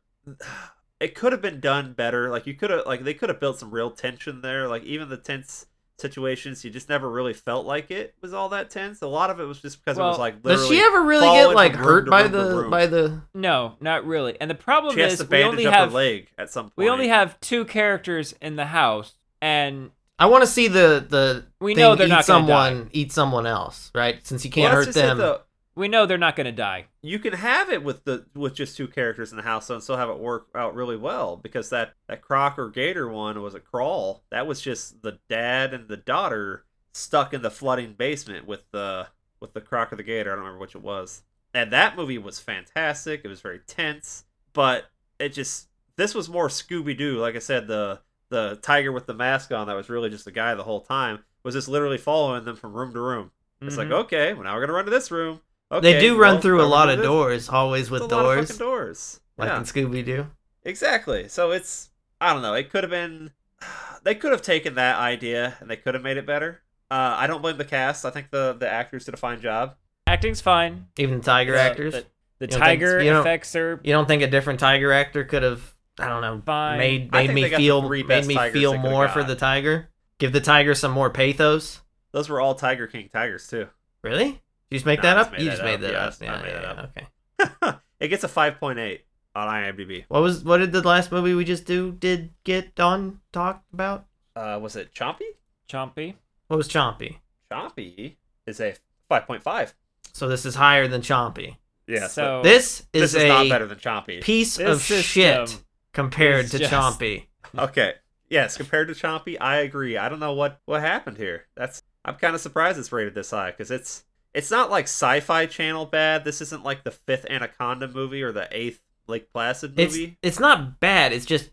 Speaker 1: it could have been done better. Like you could have, like they could have built some real tension there. Like even the tense situations, you just never really felt like it was all that tense. A lot of it was just because it was
Speaker 3: Well,
Speaker 1: like literally.
Speaker 2: Does she ever really
Speaker 1: following
Speaker 2: get
Speaker 1: from
Speaker 2: like
Speaker 1: room
Speaker 2: hurt
Speaker 1: to
Speaker 2: by
Speaker 1: room to
Speaker 2: the
Speaker 1: room.
Speaker 2: by the?
Speaker 3: No, not really. And the problem
Speaker 1: She has
Speaker 3: is
Speaker 1: to
Speaker 3: we
Speaker 1: bandage
Speaker 3: only
Speaker 1: up
Speaker 3: have
Speaker 1: her leg at some point.
Speaker 3: we only have two characters in the house and
Speaker 2: I want to see the the
Speaker 3: We
Speaker 2: thing
Speaker 3: know they're
Speaker 2: eat
Speaker 3: not gonna die.
Speaker 2: someone eat someone else, right? Since you can't
Speaker 1: Well, that's just
Speaker 2: hurt
Speaker 1: it,
Speaker 2: them.
Speaker 1: though.
Speaker 3: we know they're not going to die.
Speaker 1: you can have it with the with just two characters in the house and still have it work out really well because that that croc or gator one was a crawl. That was just the dad and the daughter stuck in the flooding basement with the with the croc or the gator. I don't remember which it was. And that movie was fantastic. It was very tense, but it just this was more Scooby Doo. Like I said, the the tiger with the mask on that was really just a guy the whole time was just literally following them from room to room. It's like,
Speaker 2: Mm-hmm.
Speaker 1: oh.
Speaker 3: Mhm.
Speaker 1: okay, well now we're gonna run to this room.
Speaker 2: they
Speaker 1: Okay,
Speaker 2: do run
Speaker 1: well,
Speaker 2: through
Speaker 1: now
Speaker 2: a
Speaker 1: we're
Speaker 2: lot
Speaker 1: gonna
Speaker 2: of
Speaker 1: do this.
Speaker 2: doors, always with
Speaker 1: It's a lot of
Speaker 2: doors,
Speaker 1: fucking doors.
Speaker 2: like
Speaker 1: yeah,
Speaker 2: in Scooby Doo.
Speaker 1: exactly. So it's I don't know. It could have been. [SIGHS] They could have taken that idea and they could have made it better. Uh, I don't blame the cast. I think the the actors did a fine job.
Speaker 3: Acting's fine.
Speaker 2: Even tiger
Speaker 3: The-
Speaker 2: actors.
Speaker 3: The,
Speaker 2: You
Speaker 3: the
Speaker 2: don't think-
Speaker 3: tiger
Speaker 2: you don't-
Speaker 3: effects are
Speaker 2: you don't think a different tiger actor could have? I don't know.
Speaker 3: Fine.
Speaker 2: Made
Speaker 1: I
Speaker 2: made
Speaker 1: think
Speaker 2: me
Speaker 1: they got the
Speaker 2: feel
Speaker 1: three
Speaker 2: made
Speaker 1: best
Speaker 2: me
Speaker 1: tigers
Speaker 2: feel
Speaker 1: they could've
Speaker 2: more for
Speaker 1: got.
Speaker 2: the tiger. Give the tiger some more pathos.
Speaker 1: Those were all Tiger King tigers too.
Speaker 2: Really? You just make
Speaker 1: No,
Speaker 2: that
Speaker 1: I just
Speaker 2: up.
Speaker 1: made
Speaker 2: You
Speaker 1: that
Speaker 2: just
Speaker 1: up.
Speaker 2: made that
Speaker 1: Yeah,
Speaker 2: up.
Speaker 1: I made that
Speaker 2: yeah,
Speaker 1: up.
Speaker 2: Okay.
Speaker 1: it gets a five point eight on IMDb.
Speaker 2: What was what did the last movie we just do did get on talked about?
Speaker 1: Uh, was it Chompy?
Speaker 3: chompy.
Speaker 2: What was Chompy?
Speaker 1: Chompy is a five point five.
Speaker 2: So this is higher than Chompy.
Speaker 1: Yeah. So
Speaker 3: So
Speaker 2: This
Speaker 1: Oh, this
Speaker 2: is
Speaker 1: is,
Speaker 2: a
Speaker 1: not better than Chompy.
Speaker 2: piece
Speaker 3: This
Speaker 2: of shit
Speaker 3: system
Speaker 2: compared
Speaker 3: is
Speaker 2: to
Speaker 3: just-
Speaker 2: Chompy.
Speaker 1: okay. Yes, compared to Chompy, I agree. I don't know what what happened here. That's I'm kind of surprised it's rated this high because it's it's not like Sci-Fi Channel bad. This isn't like the fifth Anaconda movie or the eighth Lake Placid
Speaker 2: It's
Speaker 1: movie.
Speaker 2: it's not bad. It's just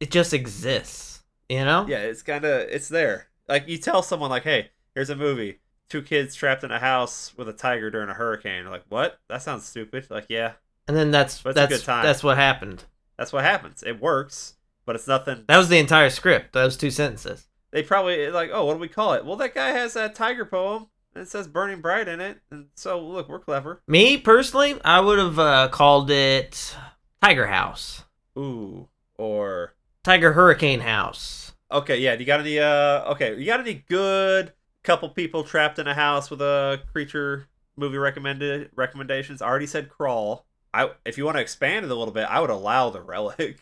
Speaker 2: it just exists. You know.
Speaker 1: yeah, it's kind of it's there. Like you tell someone like, "Hey, here's a movie: two kids trapped in a house with a tiger during a hurricane." They're like, what? That sounds stupid. Like, yeah,
Speaker 2: And then that's
Speaker 1: But it's a
Speaker 2: that's
Speaker 1: good time.
Speaker 2: that's what happened.
Speaker 1: that's what happens. It works, but it's nothing.
Speaker 2: That was the entire script. Those two sentences.
Speaker 1: they probably like, oh, what do we call it? Well, that guy has that tiger poem and it says "Burning Bright" in it, and so look, we're clever.
Speaker 2: Me personally, I would have uh, called it Tiger House,
Speaker 1: Ooh, or
Speaker 2: Tiger Hurricane House.
Speaker 1: okay, yeah. Do you got any? Uh, okay, you got any good couple people trapped in a house with a creature movie recommended recommendations. I already said crawl. I if you want to expand it a little bit, I would allow the [LAUGHS] relic.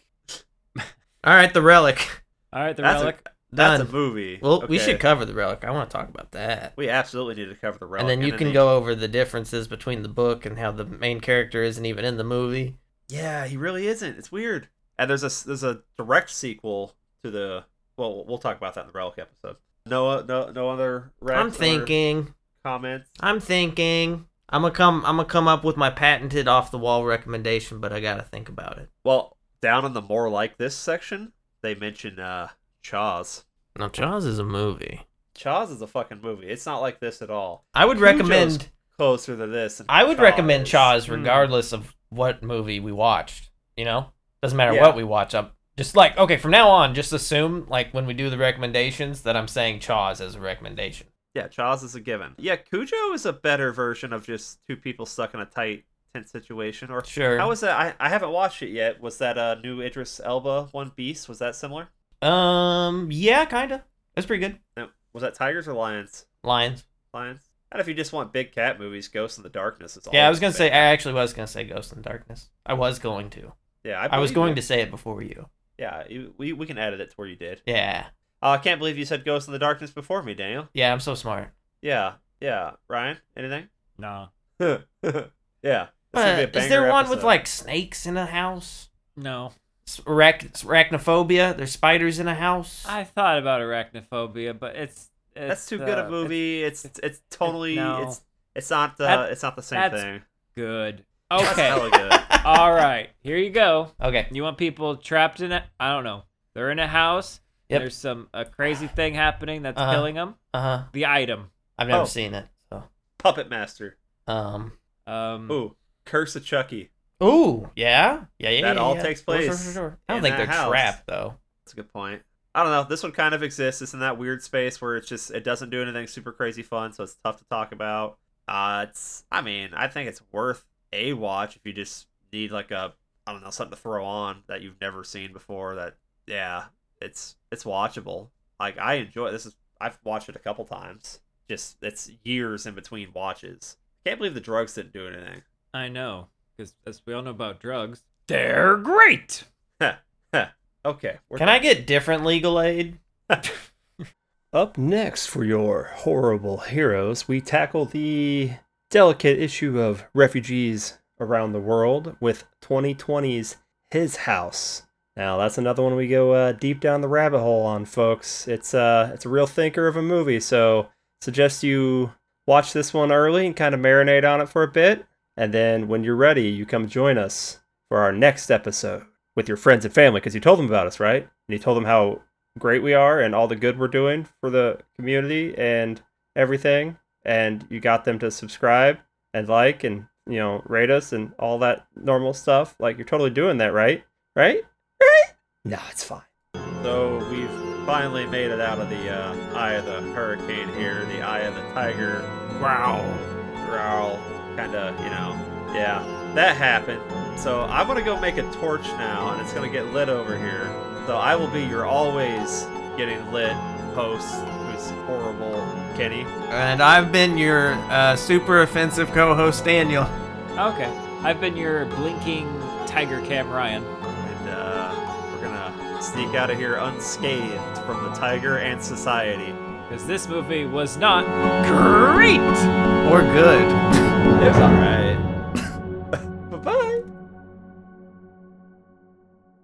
Speaker 2: All right, the relic.
Speaker 3: All right, the
Speaker 1: That's a-
Speaker 3: relic.
Speaker 1: [LAUGHS] That's
Speaker 2: Done.
Speaker 1: a movie.
Speaker 2: well, we
Speaker 1: Okay.
Speaker 2: should cover the relic. I want to talk about that.
Speaker 1: We absolutely need to cover the relic.
Speaker 2: and then you can
Speaker 1: he-
Speaker 2: go over the differences between the book and how the main character isn't even in the movie.
Speaker 1: Yeah, he really isn't. It's weird. And there's a there's a direct sequel to the. Well, we'll talk about that in the relic episode. No, uh, no, no other. recs
Speaker 2: I'm
Speaker 1: or
Speaker 2: thinking.
Speaker 1: comments.
Speaker 2: I'm thinking. I'm gonna come. I'm gonna come up with my patented off the wall recommendation, but I gotta think about it.
Speaker 1: Well, down in the more like this section, they mention uh Chaz.
Speaker 2: Now, Jaws is a movie.
Speaker 1: Chaz is a fucking movie. It's not like this at all.
Speaker 2: I would
Speaker 1: Cujo's
Speaker 2: recommend.
Speaker 1: Closer to this. than
Speaker 2: I would recommend Jaws
Speaker 3: Hmm.
Speaker 2: regardless of what movie we watched. You know, doesn't matter
Speaker 1: Yeah.
Speaker 2: what we watch. Up, just like okay, from now on, just assume like when we do the recommendations that I'm saying Jaws as a recommendation.
Speaker 1: Yeah, Chaz is a given. Yeah, Cujo is a better version of just two people stuck in a tight, tense situation. Or
Speaker 2: Sure.
Speaker 1: how was that? I, I haven't watched it yet. Was that uh, new Idris Elba one Beast? Was that similar?
Speaker 2: um, yeah, kinda. That's pretty good.
Speaker 1: No, was that Tigers or Lions?
Speaker 2: Lions.
Speaker 1: Lions. And if you just want big cat movies, Ghost in the Darkness is.
Speaker 2: Yeah, I
Speaker 1: always
Speaker 2: was gonna
Speaker 1: big.
Speaker 2: say. I actually was gonna say Ghost in the Darkness. I was going to.
Speaker 1: Yeah,
Speaker 2: I, was
Speaker 1: believe
Speaker 2: going
Speaker 1: you.
Speaker 2: to say it before you.
Speaker 1: Yeah, you- we we can edit it to where you did.
Speaker 2: Yeah.
Speaker 1: Uh, I can't believe you said Ghost in the Darkness before me, Daniel.
Speaker 2: Yeah, I'm so smart.
Speaker 1: Yeah, yeah. Ryan, anything? [LAUGHS]
Speaker 3: No,
Speaker 1: yeah. This would be a
Speaker 2: But is there
Speaker 1: banger
Speaker 2: one with
Speaker 1: episode.
Speaker 2: like snakes in a house?
Speaker 3: no.
Speaker 2: S- Arach- arachnophobia. There's spiders in a house.
Speaker 3: I thought about arachnophobia, but it's, it's
Speaker 1: That's too good
Speaker 3: uh,
Speaker 1: a movie. It's it's, totally
Speaker 3: no.
Speaker 1: it's it's not the
Speaker 3: That-
Speaker 1: it's not the same
Speaker 3: that's-
Speaker 1: thing.
Speaker 3: Good.
Speaker 1: That's
Speaker 3: Okay.
Speaker 1: hella good.
Speaker 3: All right. Here you go.
Speaker 2: okay.
Speaker 3: You want people trapped in a I don't know. They're in a house.
Speaker 2: Yep.
Speaker 3: There's some a crazy thing happening that's
Speaker 2: Uh-huh.
Speaker 3: killing them.
Speaker 2: Uh huh.
Speaker 3: The item.
Speaker 2: I've never
Speaker 1: Oh.
Speaker 2: seen it. So.
Speaker 1: Puppet Master.
Speaker 2: Um.
Speaker 3: Um
Speaker 1: Ooh, Curse of Chucky.
Speaker 2: Ooh. Yeah. Yeah. Yeah.
Speaker 1: That
Speaker 2: yeah,
Speaker 1: all
Speaker 2: yeah.
Speaker 1: takes
Speaker 2: Sure, sure,
Speaker 1: place
Speaker 2: sure, sure. I
Speaker 1: in
Speaker 2: don't think
Speaker 1: that
Speaker 2: they're
Speaker 1: house.
Speaker 2: trapped though.
Speaker 1: That's a good point. I don't know. This one kind of exists. It's in that weird space where it's just it doesn't do anything super crazy fun, so it's tough to talk about. Uh, it's I mean I think it's worth a watch if you just need like a I don't know something to throw on that you've never seen before. That yeah, it's it's watchable. Like I enjoy this is I've watched it a couple times. Just it's years in between watches. Can't believe the drugs didn't do anything.
Speaker 3: I know. Because as we all know about drugs, they're great.
Speaker 1: Okay, we're
Speaker 2: Can I get different legal aid?
Speaker 1: Up next for your horrible heroes, we tackle the delicate issue of refugees around the world with 2020's His House. Now that's another one we go uh, deep down the rabbit hole on, folks. It's uh, it's a real thinker of a movie, so suggest you watch this one early and kind of marinate on it for a bit, and then when you're ready, you come join us for our next episode with your friends and family because you told them about us, right? And you told them how great we are and all the good we're doing for the community and everything and you got them to subscribe and like and you know rate us and all that normal stuff like you're totally doing that right right right no it's fine so we've finally made it out of the uh, eye of the hurricane here the eye of the tiger wow growl kind of you know yeah that happened so i'm gonna go make a torch now and it's gonna get lit over here so I will be your always getting lit host, who's horrible, Kenny.
Speaker 2: And I've been your uh, super offensive co-host Daniel.
Speaker 3: Okay. I've been your blinking tiger cam Ryan.
Speaker 1: And uh, we're gonna sneak out of here unscathed from the tiger and society.
Speaker 3: Because this movie was not great.
Speaker 2: Or good.
Speaker 1: It's alright.